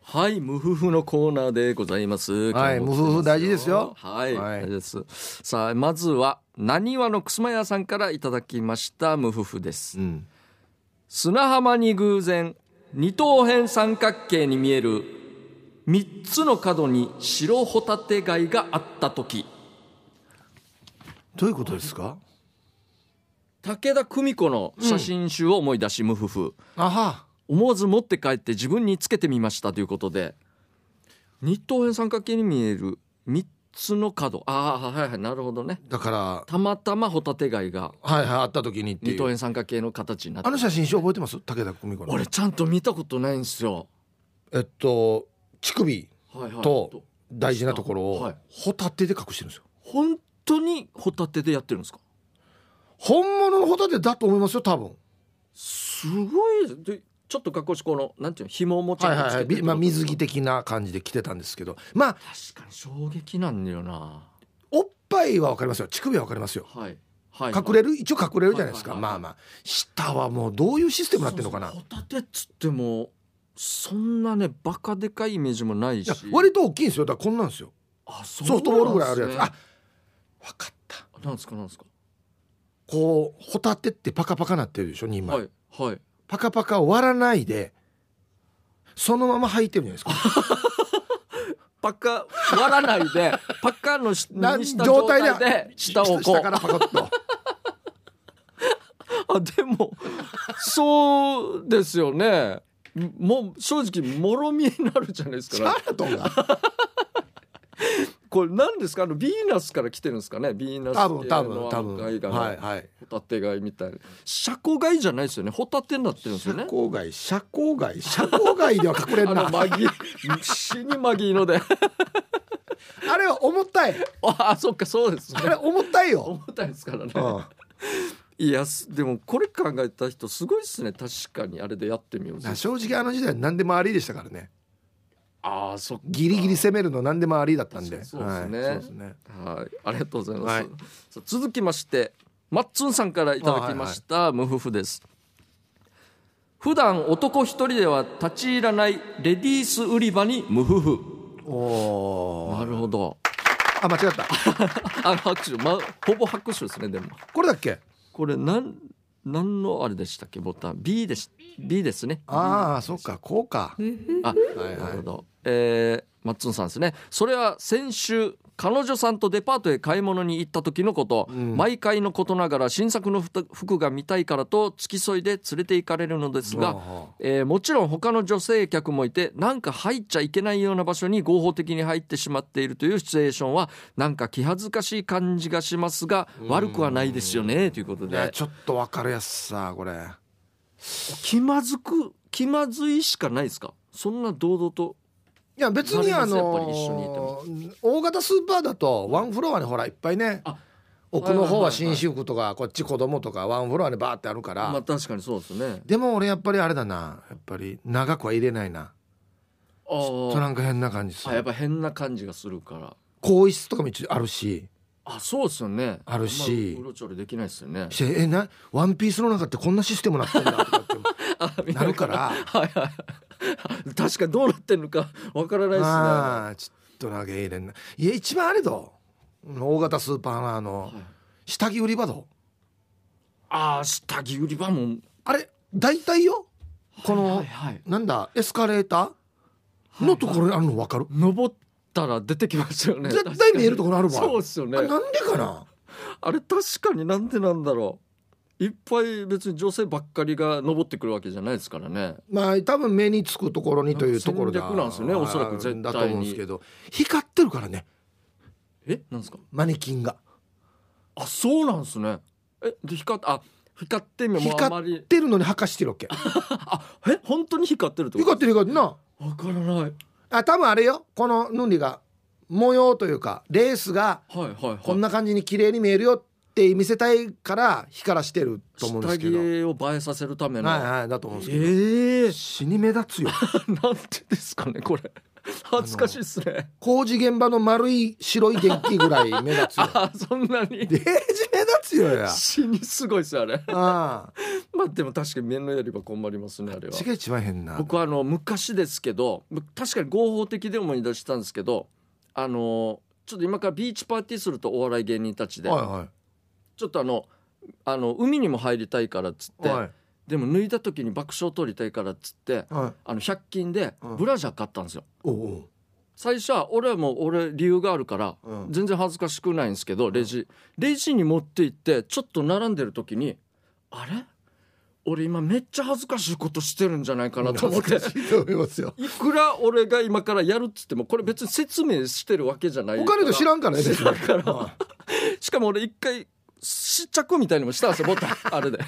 Speaker 1: はい無夫婦のコーナーでございます
Speaker 2: はい
Speaker 1: 今日も来てます
Speaker 2: 無夫婦大事ですよ
Speaker 1: はい、
Speaker 2: はい
Speaker 1: 大事ですさあまずはなにわのくすまやさんからいただきました無夫婦です
Speaker 2: うん
Speaker 1: 砂浜に偶然二等辺三角形に見える三つの角に白ホタテ貝があった時
Speaker 2: どういうことですか
Speaker 1: 武田久美子の写真集を思い出し、無夫婦
Speaker 2: あは
Speaker 1: 思わず持って帰って自分につけてみましたということで二等辺三角形に見える三つの角ああはいはいなるほどね
Speaker 2: だからは
Speaker 1: たまたまホタテ貝が
Speaker 2: いはい会った時にって
Speaker 1: 二
Speaker 2: い
Speaker 1: 等
Speaker 2: う
Speaker 1: 辺三角形の形になって
Speaker 2: あの写真集覚えてます武田久美子の
Speaker 1: 俺ちゃんと見たことないんですよ、
Speaker 2: えっと乳首
Speaker 1: はいはい、
Speaker 2: と大事なところ
Speaker 1: は
Speaker 2: を
Speaker 1: い
Speaker 2: ホタテで隠してるんですよ
Speaker 1: 本当にホタテでやってるんですか
Speaker 2: 本物のホタテだと思いますよ多分
Speaker 1: すごいでちょっとかっこいいしこのなんていうの紐を持ち
Speaker 2: は
Speaker 1: 上
Speaker 2: い
Speaker 1: げ
Speaker 2: はいはい
Speaker 1: て
Speaker 2: びまあ水着的な感じで着てたんですけどまあ
Speaker 1: 確かに衝撃なんだよな
Speaker 2: おっぱいはわかりますよ乳首はわかりますよ
Speaker 1: はいはい
Speaker 2: 隠れる一応隠れるじゃないですか
Speaker 1: はいはい
Speaker 2: ま
Speaker 1: は
Speaker 2: あ
Speaker 1: い
Speaker 2: まあ下はもうどういうシステムなってるのかな
Speaker 1: そうそうホタテっつってもそんなねバカでかいイメージもない
Speaker 2: い
Speaker 1: し
Speaker 2: や割と大きいんですよだからこんなんですよ
Speaker 1: あそう
Speaker 2: ソフトボールぐらいあるやつ、
Speaker 1: なんですね
Speaker 2: あ分かった
Speaker 1: なんですかなんですか
Speaker 2: こうホタテってパカパカなってるでしょ2枚、
Speaker 1: はいはい
Speaker 2: パカパカを割らないでそのまま履いてるじゃないですか
Speaker 1: パカ割らないで パカのし
Speaker 2: な
Speaker 1: にした状態で下をこ
Speaker 2: 下か
Speaker 1: う
Speaker 2: らパカッ と
Speaker 1: あでもそうですよねもう正直もろみになるじゃないです
Speaker 2: チ
Speaker 1: か
Speaker 2: ャーラトン が
Speaker 1: これ何ですかあのビーナスから来てるんですかねビーナス
Speaker 2: 多分
Speaker 1: 系
Speaker 2: 多分
Speaker 1: のあ
Speaker 2: 多
Speaker 1: の
Speaker 2: 分
Speaker 1: 貝が、
Speaker 2: はいはい
Speaker 1: ホタテ貝みたいなシャコ貝じゃないですよねホタテになってるんですよ
Speaker 2: 社
Speaker 1: ね
Speaker 2: 交外社交外社交外では隠れ
Speaker 1: あ
Speaker 2: るな
Speaker 1: の
Speaker 2: あ
Speaker 1: マギ死にマギー ので
Speaker 2: れは重たい
Speaker 1: ああそっかそうですね
Speaker 2: あれ重たいよ、
Speaker 1: 重たいですからね
Speaker 2: うん
Speaker 1: いやすでもこれ考えた人すごいですね確かにあれでやってみようぜ
Speaker 2: な正直あの時代何でもありでしたからね
Speaker 1: ああそっか
Speaker 2: ギリギリ攻めるの何でもありだったんで
Speaker 1: そうですね
Speaker 2: はいそうですね
Speaker 1: はいありがとうございます、
Speaker 2: はい
Speaker 1: さあ続きましてマッツンさんからいただきました無夫婦です普段男一人では立ち入らないレディース売り場に無夫婦
Speaker 2: おー
Speaker 1: なるほど
Speaker 2: あ間違った
Speaker 1: あの拍手、ま、ほぼ拍手ですねでも
Speaker 2: これだっけ
Speaker 1: これなん何のあれでしたっけボタン B です B ですね
Speaker 2: ああそっかこうか
Speaker 1: あ
Speaker 2: はい
Speaker 1: なるほ
Speaker 2: は
Speaker 1: ど。えー、マッツンさんですね。それは先週、彼女さんとデパートへ買い物に行った時のこと、
Speaker 2: ん
Speaker 1: 毎回のことながら新作のふた服が見たいからと付き添いで連れて行かれるのです
Speaker 2: い
Speaker 1: が、
Speaker 2: は
Speaker 1: えーもちろん他の女性客もいてなんか入っちゃいけないような場所に合法的に入ってしまっているというシチュエーションはなんか気恥ずかしい感じがしますが悪くはないですよねということ
Speaker 2: いや
Speaker 1: で
Speaker 2: ちょっと分かるやつさこれ
Speaker 1: 気まずく気まずいしかないですかそんな堂々と
Speaker 2: いや別に
Speaker 1: な
Speaker 2: あ
Speaker 1: りますやっぱり一緒にいて
Speaker 2: の大型スーパーだとワンフロアにほらいっぱいね
Speaker 1: あ
Speaker 2: 奥の方
Speaker 1: は
Speaker 2: は
Speaker 1: いはいはいは
Speaker 2: 紳
Speaker 1: い
Speaker 2: 士服とかこっち子供とかワンフロアにバーってあるか
Speaker 1: まあ
Speaker 2: ら
Speaker 1: 確かにそうですね。
Speaker 2: でも俺やっぱりあれだなやっぱり長くは入れないな
Speaker 1: あ
Speaker 2: ちょっ
Speaker 1: ー
Speaker 2: となんか変な感じす
Speaker 1: あやっ
Speaker 2: る
Speaker 1: ぱ変な感じがするから
Speaker 2: 更衣室とかも一応あるし
Speaker 1: あそうですよね
Speaker 2: あるし
Speaker 1: んまうろちょろできないですよね
Speaker 2: してえなワンピースの中ってこんなシステムなってんだとかっ
Speaker 1: あ
Speaker 2: て なるから
Speaker 1: はいはい 確かにどうなってんのかわからないですね
Speaker 2: ああちょっと投げ入れんないや一番あれど大型スーパーのあの
Speaker 1: はい
Speaker 2: 下着売り場ど
Speaker 1: あー下着売り場も
Speaker 2: あれ大体よこの、
Speaker 1: はいはいはい
Speaker 2: なんだエスカレーターのところにあるの分かる、
Speaker 1: 登ったら出てきますよね
Speaker 2: 絶対
Speaker 1: 確かに
Speaker 2: 見えるところあるわ
Speaker 1: そうですよね
Speaker 2: あなんでかな
Speaker 1: あれ確かになんでなんだろういっぱい別に女性ばっかりが登ってくるわけじゃないですからね
Speaker 2: まあ多分目につくところにというところだ
Speaker 1: 戦略なんですよねおそらく絶対に
Speaker 2: だと思うんですけど光ってるからね
Speaker 1: えなんですか
Speaker 2: マネキンが
Speaker 1: あそうなんですねえで光っあ光ってみもうあま
Speaker 2: 光っ
Speaker 1: り
Speaker 2: てるのにはかして るわけ
Speaker 1: あえ本当に光ってるってこと
Speaker 2: 光ってる光ってるな
Speaker 1: わからない。はい
Speaker 2: あ多分あれよこのヌンリが模様というかレースが
Speaker 1: はいはい。
Speaker 2: こんな感じに綺麗に見えるよって見せたいから光らしてると思うんです
Speaker 1: 下
Speaker 2: けどはい
Speaker 1: 着を映えさせるための。
Speaker 2: はいだと思うんですけど、
Speaker 1: ええ
Speaker 2: 死に目立つよ
Speaker 1: なんてですかねこれ。恥ずかしいっすね。
Speaker 2: 工事現場の丸い白い電気ぐらい目立 つよ。
Speaker 1: あそんなに
Speaker 2: デー。ジ目立つよ や。
Speaker 1: 死にすごいっすよあれ。
Speaker 2: ああ、
Speaker 1: まあでも確かに目のやりは困りますねあれは
Speaker 2: ち。が一番変な。
Speaker 1: 僕はあの昔ですけどむ確かに合法的で思い出したんですけどあのちょっと今からビーチパーティーするとお笑い芸人たちで、
Speaker 2: は
Speaker 1: ちょっとあのあの海にも入りたいからっつっ
Speaker 2: いはい
Speaker 1: て、
Speaker 2: はい
Speaker 1: でも脱いだ時に爆笑取りたいからっつって
Speaker 2: はい。
Speaker 1: あの100均で
Speaker 2: うん
Speaker 1: ブラジャー買ったんですよ、
Speaker 2: おう
Speaker 1: 最初は俺はもう俺理由があるから
Speaker 2: おう。うん。
Speaker 1: 全然恥ずかしくないんですけどレジ、レジに持って行ってちょっと並んでる時にあれ俺今めっちゃ恥ずかしいことしてるんじゃないかなと思って
Speaker 2: 恥ずかしいと思いますよ。
Speaker 1: いくら俺が今からやるっつってもこれ別に説明してるわけじゃない
Speaker 2: お金と知らんからね。
Speaker 1: 知らんから
Speaker 2: 別にはい
Speaker 1: しかも俺一回試着みたいにもしたんですよボタンあれで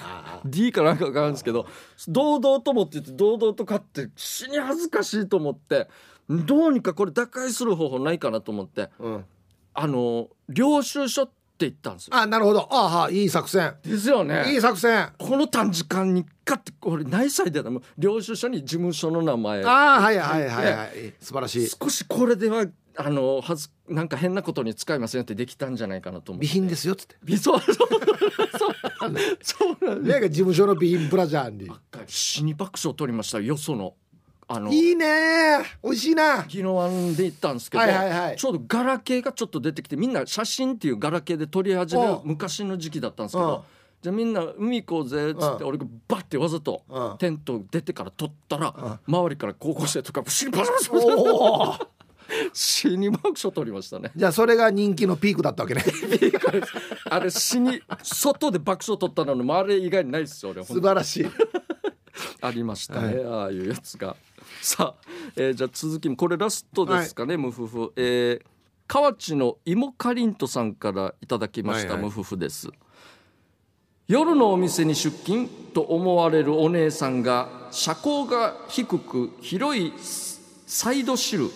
Speaker 1: D かなんかわからんですけど堂々と持ってって堂々と買って死に恥ずかしいと思ってどうにかこれ打開する方法ないかなと思って
Speaker 2: うん。
Speaker 1: あの領収書って言ったんですよ
Speaker 2: あ、なるほど。ああ、はいい作戦。
Speaker 1: ですよ
Speaker 2: い
Speaker 1: ね
Speaker 2: い作戦。
Speaker 1: この短時間にかって俺内裁でもう領収書に事務所の名前
Speaker 2: ああ、はいはいはいはい。素晴らしい。
Speaker 1: 少しこれではあのはずなんか変なことに使いませんよってできたんじゃないかなと思って
Speaker 2: 備品ですよっつって。
Speaker 1: 美そうそうそうそうなんです
Speaker 2: ねが事務所の備品ブラジャーに。
Speaker 1: 死に爆笑取りましたよそのあの
Speaker 2: いいね。美味しいな。
Speaker 1: 宜野湾で行ったんですけど、
Speaker 2: はいはいはい
Speaker 1: ちょうどガラケーがちょっと出てきてみんな写真っていうガラケーで撮り始め
Speaker 2: お
Speaker 1: る
Speaker 2: う
Speaker 1: 昔の時期だったんですけ
Speaker 2: うん
Speaker 1: どじゃあみんな海行こうぜっつって
Speaker 2: う
Speaker 1: 俺がバッてわざと
Speaker 2: うん
Speaker 1: テント出てから撮ったら周りから高校生とか死に爆笑
Speaker 2: おおー。
Speaker 1: 死に爆笑取りましたね。
Speaker 2: じゃあそれが人気のピークだったわけね。
Speaker 1: あれ死に外で爆笑取ったのもあれ以外にないですよ俺
Speaker 2: 素晴らしい。
Speaker 1: ありましたね、ああいうやつが さあ、えーじゃあ続きもこれラストですかね、無夫婦、えー、河内の芋かりんとさんからいただきました、
Speaker 2: はいはい
Speaker 1: 無夫婦です夜のお店に出勤と思われるお姉さんが車高が低く広いサイドシル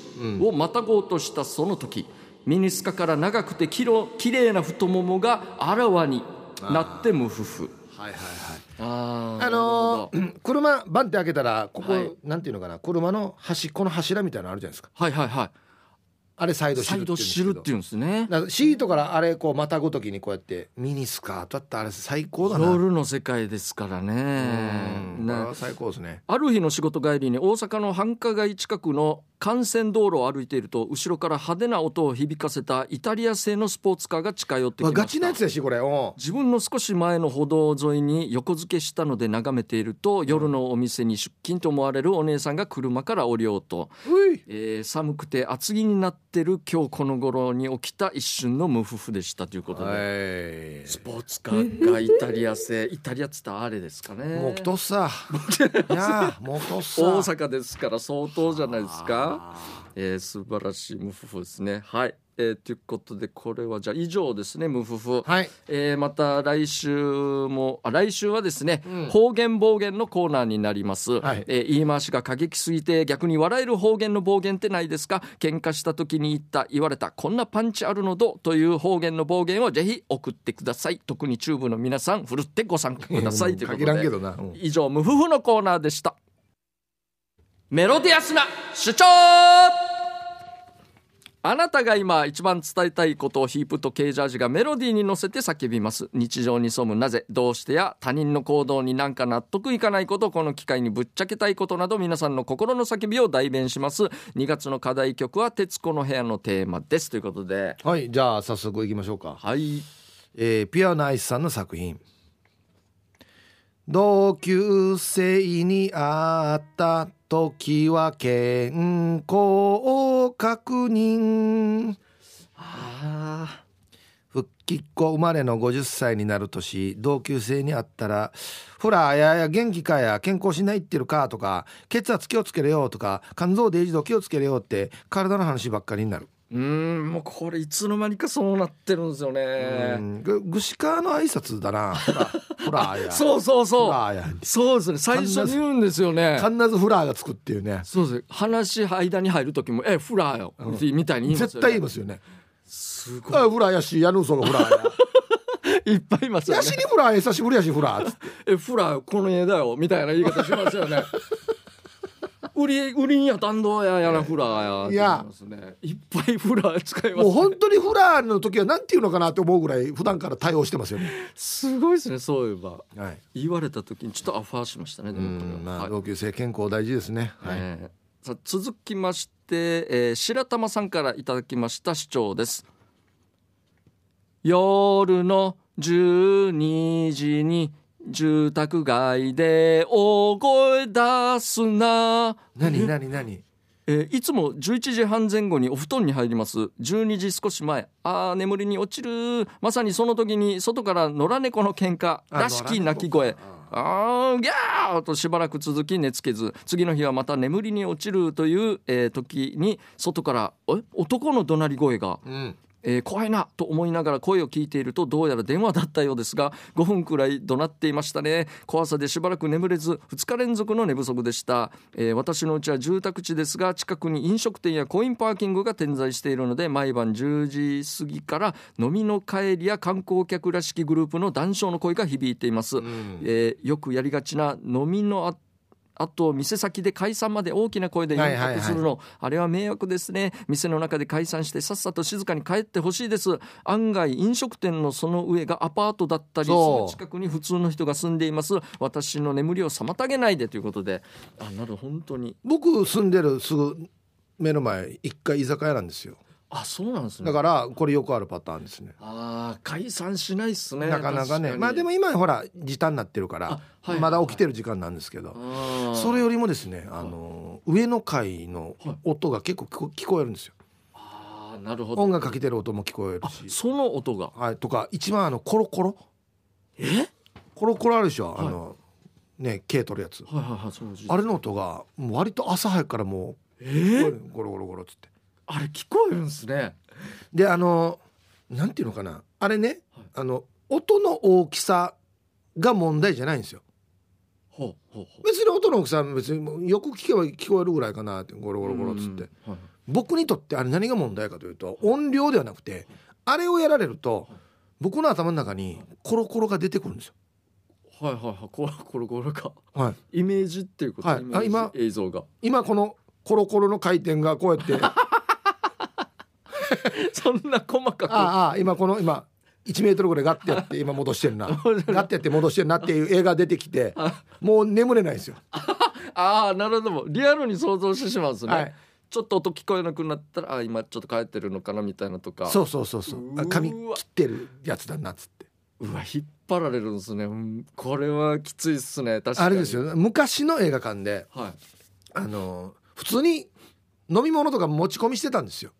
Speaker 1: をまたごうとしたその時、ミニスカから長くてきろきれいな太ももがあらわになって無夫婦
Speaker 2: はいはいはい。
Speaker 1: あー
Speaker 2: あのー
Speaker 1: なる
Speaker 2: 車バンって開けたらここ、
Speaker 1: はい
Speaker 2: なんていうのかな車の端この柱みたいなのあるじゃないですか
Speaker 1: ほどはいはいはい
Speaker 2: あれサイド
Speaker 1: サ
Speaker 2: シ
Speaker 1: イ
Speaker 2: ルっていう
Speaker 1: ド
Speaker 2: んです
Speaker 1: 知
Speaker 2: けど
Speaker 1: るっていうんですね
Speaker 2: だからシートからあれこうまたごときにこうやってミニスカートだったらあれ最高だな
Speaker 1: 夜の世界ですからね
Speaker 2: うんこれ
Speaker 1: な
Speaker 2: は最高ですね
Speaker 1: ある日の仕事帰りに大阪の繁華街近くの幹線道路を歩いていると後ろから派手な音を響かせたイタリア製のスポーツカーが近寄ってきま
Speaker 2: わ
Speaker 1: した
Speaker 2: ガチなやつやしこれうん
Speaker 1: 自分の少し前の歩道沿いに横付けしたので眺めていると夜のお店に出勤と思われるお姉さんが車から降りようと、
Speaker 2: うい
Speaker 1: えー寒くて厚着になってる今日この頃に起きた一瞬の無夫婦でしたということで、
Speaker 2: はい
Speaker 1: スポーツカーがイタリア製 イタリアっつったらあれですかね
Speaker 2: もうきとっさいやあもうきとっさ
Speaker 1: 大阪ですから相当じゃないですか。
Speaker 2: あ
Speaker 1: えー、素晴らしい無夫婦ですね。はい、えー、ということでこれはじゃあ以上ですね無夫婦。
Speaker 2: ーはい
Speaker 1: えーまた来週もあ来週はですね、
Speaker 2: うん
Speaker 1: 方言暴言のコーナーになります、
Speaker 2: はい
Speaker 1: えー言い回しが過激すぎて逆に笑える方言の暴言ってないですか喧嘩した時に言った言われたこんなパンチあるのどという方言の暴言をぜひ送ってください特に中部の皆さんふるってご参加くださいということ
Speaker 2: 限
Speaker 1: で
Speaker 2: らんけどなうん
Speaker 1: 以上無夫婦のコーナーでしたメロディアスな主張あなたが今一番伝えたいことをヒープとケージャージがメロディーに乗せて叫びます日常に潜むなぜどうしてや他人の行動になんか納得いかないことこの機会にぶっちゃけたいことなど皆さんの心の叫びを代弁します2月の課題曲は「徹子の部屋」のテーマですということで
Speaker 2: はいじゃあ早速いきましょうか
Speaker 1: はい
Speaker 2: えーピアノアイスさんの作品同級生に会った時は健康を確認
Speaker 1: あ
Speaker 2: 復帰っ子生まれの50歳になる年同級生に会ったら「ほらやや元気かや健康しないってるか」とか「血圧気をつけれよ」とか「肝臓デイジド気をつけれよ」って体の話ばっかりになる、
Speaker 1: うーんもうこれいつの間にかそうなってるんですよ
Speaker 2: う
Speaker 1: ね
Speaker 2: んぐぐしかの挨拶だ な「ほらほらや」
Speaker 1: そうそう
Speaker 2: ほ
Speaker 1: そう
Speaker 2: らや
Speaker 1: そうですね最初に言うんですよね
Speaker 2: 必ずフラーがつくっていうね
Speaker 1: そうです話間に入る時も「えフラーよ」みたいに言います
Speaker 2: 絶
Speaker 1: よ
Speaker 2: 対
Speaker 1: ね
Speaker 2: 言いますよね
Speaker 1: すごい
Speaker 2: あフラーやしやるんそがフラ ー
Speaker 1: いっぱいいます
Speaker 2: や
Speaker 1: よ
Speaker 2: やし
Speaker 1: ね
Speaker 2: にフラー久しぶりやしフラーっつって
Speaker 1: 「えフラーよこの家だよ」みたいな言い方しますよ ね売り売りんや担当ややなフラーやって言いますねいっぱいフラー使いま
Speaker 2: もう
Speaker 1: す
Speaker 2: 本当にフラーの時はなんていうのかなって思うぐらい普段から対応してますよね
Speaker 1: すごいですねそういえば
Speaker 2: はい
Speaker 1: 言われた時にちょっとアファーしましたねで
Speaker 2: う
Speaker 1: もこれは
Speaker 2: んま
Speaker 1: は
Speaker 2: あ
Speaker 1: い
Speaker 2: 同級生健康大事ですねはい
Speaker 1: えーさあ続きまして、えー白玉さんからいただきました主張です夜の12時に住宅街で大声出すな、
Speaker 2: 何何何
Speaker 1: えーいつも11時半前後にお布団に入ります12時少し前あー眠りに落ちるまさにその時に外から野良猫の喧嘩
Speaker 2: あ
Speaker 1: らしき
Speaker 2: 野良猫
Speaker 1: 鳴き声あーギャーとしばらく続き寝つけず次の日はまた眠りに落ちるという、えー時に外から「え男の怒鳴り声が」
Speaker 2: うん
Speaker 1: えー怖いなと思いながら声を聞いているとどうやら電話だったようですが5分くらい怒鳴っていましたね怖さでしばらく眠れず2日連続の寝不足でした、えー私のうちは住宅地ですが近くに飲食店やコインパーキングが点在しているので毎晩10時過ぎから飲みの帰りや観光客らしきグループの談笑の声が響いています、
Speaker 2: ん
Speaker 1: えーよくやりがちな飲みのああと店先で解散まで大きな声で
Speaker 2: はいはいは
Speaker 1: 呼
Speaker 2: い
Speaker 1: びかけするの、あれは迷惑ですね店の中で解散してさっさと静かに帰ってほしいです案外飲食店のその上がアパートだったりそ
Speaker 2: そう
Speaker 1: の近くに普通の人が住んでいます私の眠りを妨げないでということであなるほど本当に
Speaker 2: 僕住んでるすぐ目の前一回居酒屋なんですよ
Speaker 1: あそうなんですね
Speaker 2: だからこれよくあるパターンですね
Speaker 1: あー解散しないっすね
Speaker 2: なかなか
Speaker 1: 確
Speaker 2: ね
Speaker 1: に
Speaker 2: まあでも今ほら時短になってるか
Speaker 1: あ
Speaker 2: ら
Speaker 1: はいはい
Speaker 2: まだ起きてる時間なんですけど
Speaker 1: あー
Speaker 2: それよりもですね、あの上の階の音が結構聞こ聞こえるんですよ。
Speaker 1: あーなるほど
Speaker 2: 音楽かけてる音も聞こえる
Speaker 1: あ
Speaker 2: し、
Speaker 1: その音が
Speaker 2: はい、とか一番あのコロコロ
Speaker 1: え
Speaker 2: コロコロあるでしょ、
Speaker 1: はい
Speaker 2: あのね軽取るやつ。
Speaker 1: はいはいはいそうです
Speaker 2: あれの音がもう割と朝早くからも
Speaker 1: え
Speaker 2: う
Speaker 1: ー
Speaker 2: ゴロゴロゴロゴロっつって。
Speaker 1: あれ聞こえるんですね。
Speaker 2: であのなんていうのかなあれね、
Speaker 1: はい
Speaker 2: あの音の大きさが問題じゃないんですよ。
Speaker 1: ほうほうほう。
Speaker 2: 別に音の大きさは別にもうよく聞けば聞こえるぐらいかなってゴロゴロゴロっつって。
Speaker 1: うん。はい
Speaker 2: 僕にとってあれ何が問題かというと音量ではなくてあれをやられると僕の頭の中にコロコロが出てくるんですよ。
Speaker 1: はいはいはい。これ これこれか。
Speaker 2: はい、
Speaker 1: イメージっていうこと。
Speaker 2: はい
Speaker 1: イメージ
Speaker 2: あ今
Speaker 1: 映像が。
Speaker 2: 今このコロコロの回転がこうやって
Speaker 1: そんな細かく
Speaker 2: ああああ今この今1メートルぐらいガッてやって今戻 してるなガッてやって戻してるなっていう映画出て きてもう眠れないですよ。
Speaker 1: ああなるほどリアルに想像してしまうんですね、
Speaker 2: はい
Speaker 1: ちょっと音聞こえなくなったらあ今ちょっと帰ってるのかなみたいなとか
Speaker 2: そうそうそうそうあ髪
Speaker 1: うわ
Speaker 2: 切ってるやつだなっつって
Speaker 1: うわ引っ張られるんですね、うんこれはきついっすね確かに
Speaker 2: あれですよ昔の映画館で
Speaker 1: は
Speaker 2: あの普通に飲み物とか持ち込みしてたんですよ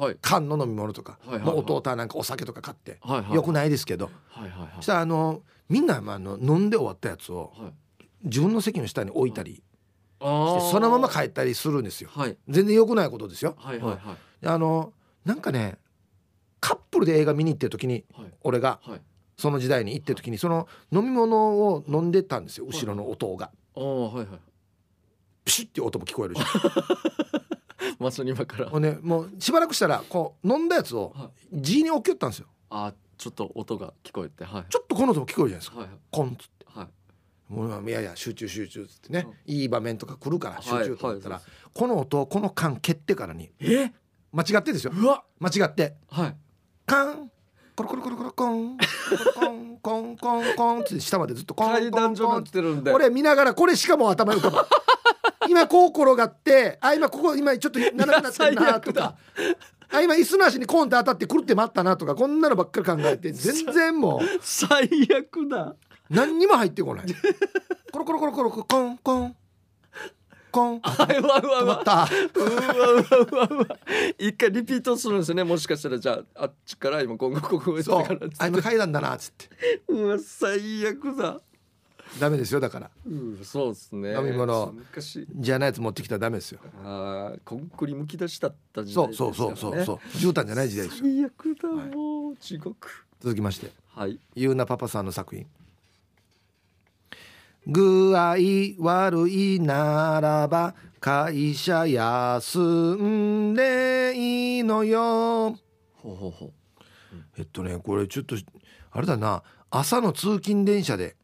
Speaker 1: いはい
Speaker 2: 缶の飲み物とか、
Speaker 1: はいはいはい
Speaker 2: もう弟はなんかお酒とか買って、
Speaker 1: はいはい
Speaker 2: よくないですけど
Speaker 1: はいはいはい
Speaker 2: そしたらあのみんなまああの飲んで終わったやつを
Speaker 1: はい
Speaker 2: 自分の席の下に置いたりし
Speaker 1: あ
Speaker 2: て
Speaker 1: ー
Speaker 2: そのまま帰ったりするんですよ
Speaker 1: はい
Speaker 2: 全然良くないことですよ、
Speaker 1: はいはいはい
Speaker 2: あのなんかねカップルで映画見に行ってる時に
Speaker 1: はい
Speaker 2: 俺が
Speaker 1: はい
Speaker 2: その時代に行ってる時にその飲み物を飲んでたんですよ後ろの音が
Speaker 1: あーはいはい
Speaker 2: プシュッっていう音も聞こえるし
Speaker 1: まさに今から
Speaker 2: もうねもうしばらくしたらこう飲んだやつを
Speaker 1: は
Speaker 2: 地に置きよったんですよ
Speaker 1: あーちょっと音が聞こえてはい
Speaker 2: ちょっとこの音も聞こえるじゃないですか
Speaker 1: はい
Speaker 2: コンっつって
Speaker 1: はい
Speaker 2: もういやいや集中集中っつってねいい場面とか来るから集中と思ったら
Speaker 1: はいは
Speaker 2: この音をこの缶蹴ってからに
Speaker 1: え
Speaker 2: 間違ってですよ
Speaker 1: うわ
Speaker 2: 間違って
Speaker 1: はい
Speaker 2: カンコロコロコロコロコンコロコンコンコンコンって下までずっとコンコン
Speaker 1: 階
Speaker 2: コン
Speaker 1: 段状になっ
Speaker 2: って
Speaker 1: てるんで
Speaker 2: 俺見ながらこれしかもう頭に浮かばん 今こう転がってあ今ここ今ちょっと斜めになってる
Speaker 1: い や最
Speaker 2: な
Speaker 1: 悪
Speaker 2: と
Speaker 1: だ
Speaker 2: かあ今椅子の足にコンって当たって狂って待ったなとかこんなのばっかり考 えて全然もう
Speaker 1: 最悪だ
Speaker 2: 何にも入ってこないコロコロコロコロコンコンコン
Speaker 1: はいうわうわう
Speaker 2: 止ま
Speaker 1: わ
Speaker 2: った
Speaker 1: うわうわうわうわ一回リピートするんですねもしかしたらじゃああっちから今今後ここへ
Speaker 2: そ
Speaker 1: 行ってか
Speaker 2: う
Speaker 1: ら
Speaker 2: あ今階段だなっつって
Speaker 1: うわ最悪だ
Speaker 2: ダメですよだから
Speaker 1: うんそうですね
Speaker 2: 飲み物
Speaker 1: 昔
Speaker 2: じゃないやつ持ってきたらダメですよ
Speaker 1: あーコンクリむき出しだった時代
Speaker 2: そう
Speaker 1: ですか
Speaker 2: そ
Speaker 1: ら
Speaker 2: う
Speaker 1: ね
Speaker 2: そうそうそう絨毯じゃない時代ですよ
Speaker 1: 最悪だもう地獄
Speaker 2: 続きまして
Speaker 1: はい
Speaker 2: ゆうなパパさんの作品具合悪いならば会社休んでいいのよ
Speaker 1: ほうほうほう
Speaker 2: えっとねこれちょっとあれだな朝の通勤電車で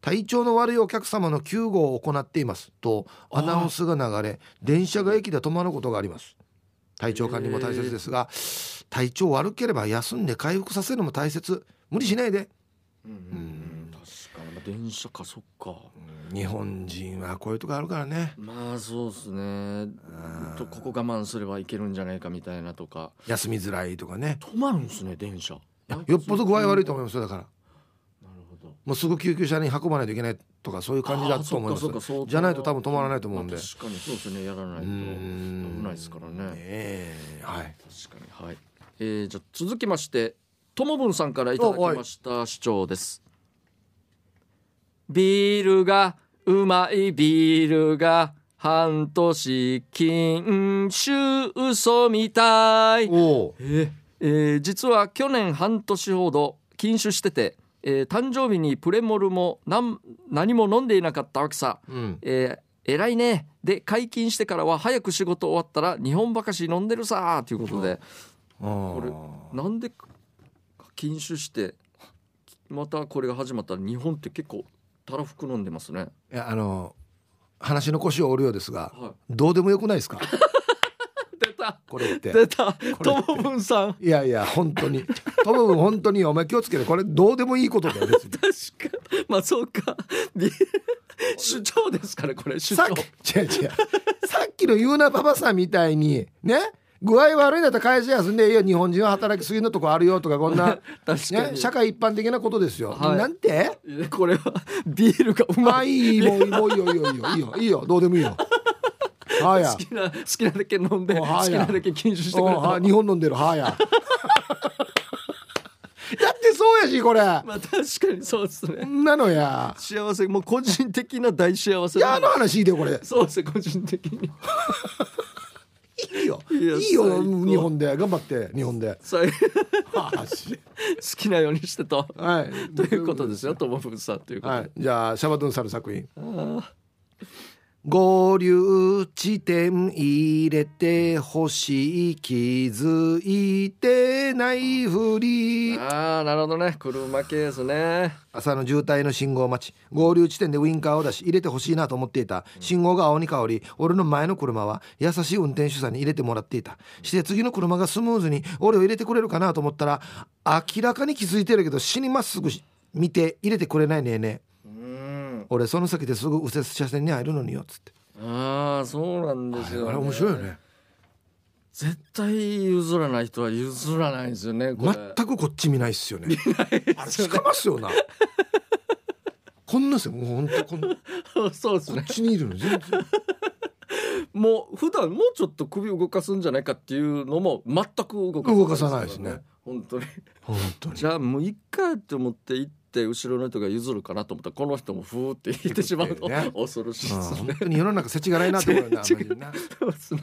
Speaker 2: 体調の悪いお客様の救護を行っていますとアナウンスが流れ電車が駅で止まることがあります体調管理も大切ですが体調悪ければ休んで回復させるのも大切無理しないで
Speaker 1: うんうんうん確かにまあ電車かそっか
Speaker 2: 日本人はこういうとこあるからね
Speaker 1: まあそうですねとここ我慢すればいけるんじゃないかみたいなとか
Speaker 2: 休みづらいとかね
Speaker 1: 止まるんですね電車
Speaker 2: よっぽど具合悪いと思いますよだから
Speaker 1: なるほど
Speaker 2: もうすぐ救急車に運ばないといけないとかそういう感じだと思いま
Speaker 1: あーそっかそっ
Speaker 2: す
Speaker 1: か
Speaker 2: じゃないと多分止まらないと思うんで
Speaker 1: まあ確かにそうですねやらないと
Speaker 2: う
Speaker 1: 危
Speaker 2: ん
Speaker 1: ないですからね
Speaker 2: ええはい
Speaker 1: 確かにはい、えー、じゃあ続きましてともぶんさんからいただきました主張ですビールがうまいビールが半年禁酒嘘みたい
Speaker 2: おお
Speaker 1: えーえー実は去年半年ほど禁酒してて、えー誕生日にプレモルも何何も飲んでいなかったわけさ
Speaker 2: うん
Speaker 1: えー、偉いねで解禁してからは早く仕事終わったら日本ばかし飲んでるさーということで、
Speaker 2: こ
Speaker 1: なんで禁酒してまたこれが始まったら日本って結構たらふく飲んでますね、
Speaker 2: れあの話の腰を折るようですが
Speaker 1: は
Speaker 2: どうでもよくないですか
Speaker 1: い、出た
Speaker 2: こ れって
Speaker 1: 出た
Speaker 2: これ
Speaker 1: ともぶんさん
Speaker 2: いやいや本当にトム君本当にお前気をつけてこれどうでもいいことだよ別に
Speaker 1: 確かまあそう かで主張ですからこれ主
Speaker 2: さ
Speaker 1: 張
Speaker 2: っき違う違うさっきのユーナパパさんみたいにね具合悪いんだったら会社休んでいや日本人は働きすぎのとこあるよとかこんな、
Speaker 1: 確か
Speaker 2: ね、
Speaker 1: に、
Speaker 2: 社会一般的なことですよ、
Speaker 1: はい
Speaker 2: なんて
Speaker 1: これはビールがう
Speaker 2: ま
Speaker 1: ま
Speaker 2: あ
Speaker 1: い
Speaker 2: いいもうもういいよいいよいいよいいよいいよどうでもいいよはあや
Speaker 1: 好きな好きなだけ飲んで好
Speaker 2: おは
Speaker 1: き
Speaker 2: や
Speaker 1: なだけ禁酒してく
Speaker 2: お
Speaker 1: れ
Speaker 2: う
Speaker 1: た
Speaker 2: は日本飲んでるはあやだってそうやしこれ
Speaker 1: まあ確かにそうです
Speaker 2: こ
Speaker 1: ね。
Speaker 2: んなのや
Speaker 1: 幸せもう個人的な大幸せ
Speaker 2: い
Speaker 1: だ
Speaker 2: やの話いいでこれ
Speaker 1: そうですね個人的に
Speaker 2: いいよ
Speaker 1: いや
Speaker 2: いいよ
Speaker 1: 最高
Speaker 2: 日本で頑張って日本では
Speaker 1: そういう
Speaker 2: あし
Speaker 1: 好きなようにして と。
Speaker 2: はい
Speaker 1: ということですよ、ともぶんさんということ
Speaker 2: は
Speaker 1: で
Speaker 2: いじゃあシャバドゥンさんの作品合流地点入れてほしい気づいてないふり
Speaker 1: ああなるほどね車系ですね
Speaker 2: 朝の渋滞の信号待ち合流地点でウインカーを出し入れてほしいなと思っていた信号が青に変わり俺の前の車は優しい運転手さんに入れてもらっていたして次の車がスムーズに俺を入れてくれるかなと思ったら明らかに気づいてるけど死にまっすぐし見て入れてくれないねえねえ
Speaker 1: うん
Speaker 2: 俺その先ですぐ右折車線に入るのによっつって
Speaker 1: ああそうなんですよ、ね、
Speaker 2: よね
Speaker 1: 絶対譲らない人は譲らないんですよねこれ
Speaker 2: 全くこっち見ないっすよねあれしかますよなこんなっすよもうほんとこんこ
Speaker 1: そうですね
Speaker 2: っちにいるの全然
Speaker 1: もう普段もうちょっと首動かすんじゃないかっていうのも全く動か
Speaker 2: 動かさないですね
Speaker 1: 本当に
Speaker 2: 本当に
Speaker 1: じゃあもういっかって思って行って後ろの人が譲るかなと思ったらこの人もふーって言ってしまうと
Speaker 2: 言ってね
Speaker 1: 恐ろしい
Speaker 2: うん
Speaker 1: です
Speaker 2: 本
Speaker 1: ね。
Speaker 2: 当に世の中世知がないなと思う よなあんまりな
Speaker 1: そうですね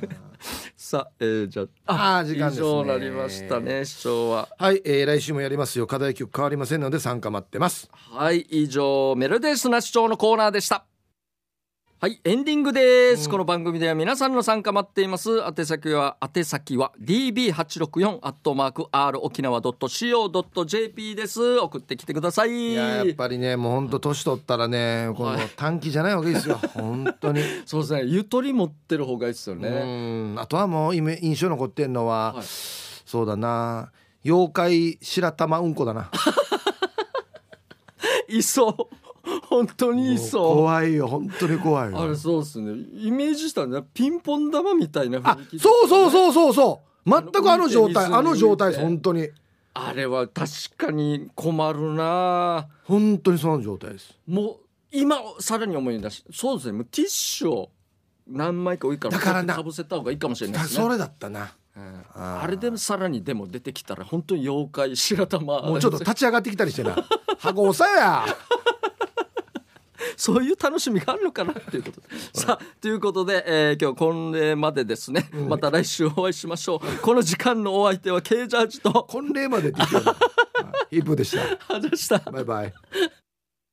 Speaker 1: さあ、えー、じゃあ
Speaker 2: あー時間ですね
Speaker 1: 以上なりましたね師匠は。
Speaker 2: はい、えー来週もやりますよ課題曲変わりませんので参加待ってます
Speaker 1: はい以上メルデスな主張のコーナーでしたはいエンディングです、
Speaker 2: うん
Speaker 1: この番組では皆さんの参加待っています宛先は宛先は db864 アットマーク r 沖縄 .co.jp です送ってきてください
Speaker 2: いややっぱりねもうほんと年取ったらねこの
Speaker 1: はい
Speaker 2: 短期じゃないわけですよ本当に
Speaker 1: そうですねゆとり持ってる方がいいですよね、
Speaker 2: うんあとはもう今印象に残ってんのは、
Speaker 1: はい
Speaker 2: そうだな妖怪白玉うんこ だない
Speaker 1: そう本当にい
Speaker 2: もう
Speaker 1: そう
Speaker 2: 怖いよ本当に怖いよ
Speaker 1: あれそうですねイメージしたんだピンポン玉みたいな
Speaker 2: あ
Speaker 1: 雰囲気ですね、
Speaker 2: そうそうそうそうそう全くあの状態
Speaker 1: あの
Speaker 2: あの状態です
Speaker 1: 浮いて
Speaker 2: 本当に
Speaker 1: あれは確かに困るなあ
Speaker 2: 本当にその状態です
Speaker 1: もう今さらに思い出しそうですねもうティッシュを何枚か多いから
Speaker 2: だからな
Speaker 1: かぶせた方がいいかもしれない
Speaker 2: だ
Speaker 1: ですね
Speaker 2: それだったな
Speaker 1: うん
Speaker 2: あー
Speaker 1: あれでもさらにでも出てきたら本当に妖怪白玉
Speaker 2: もうちょっと立ち上がってきたりしてな箱押さえや
Speaker 1: そういう楽しみがあるのかなっていう ことでさあということで、えー今日これまでですね、また来週お会いしましょうこの時間のお相手は K ジャージと
Speaker 2: 婚礼までって言ってたよなはいヒップでした
Speaker 1: 話した
Speaker 2: バイバイ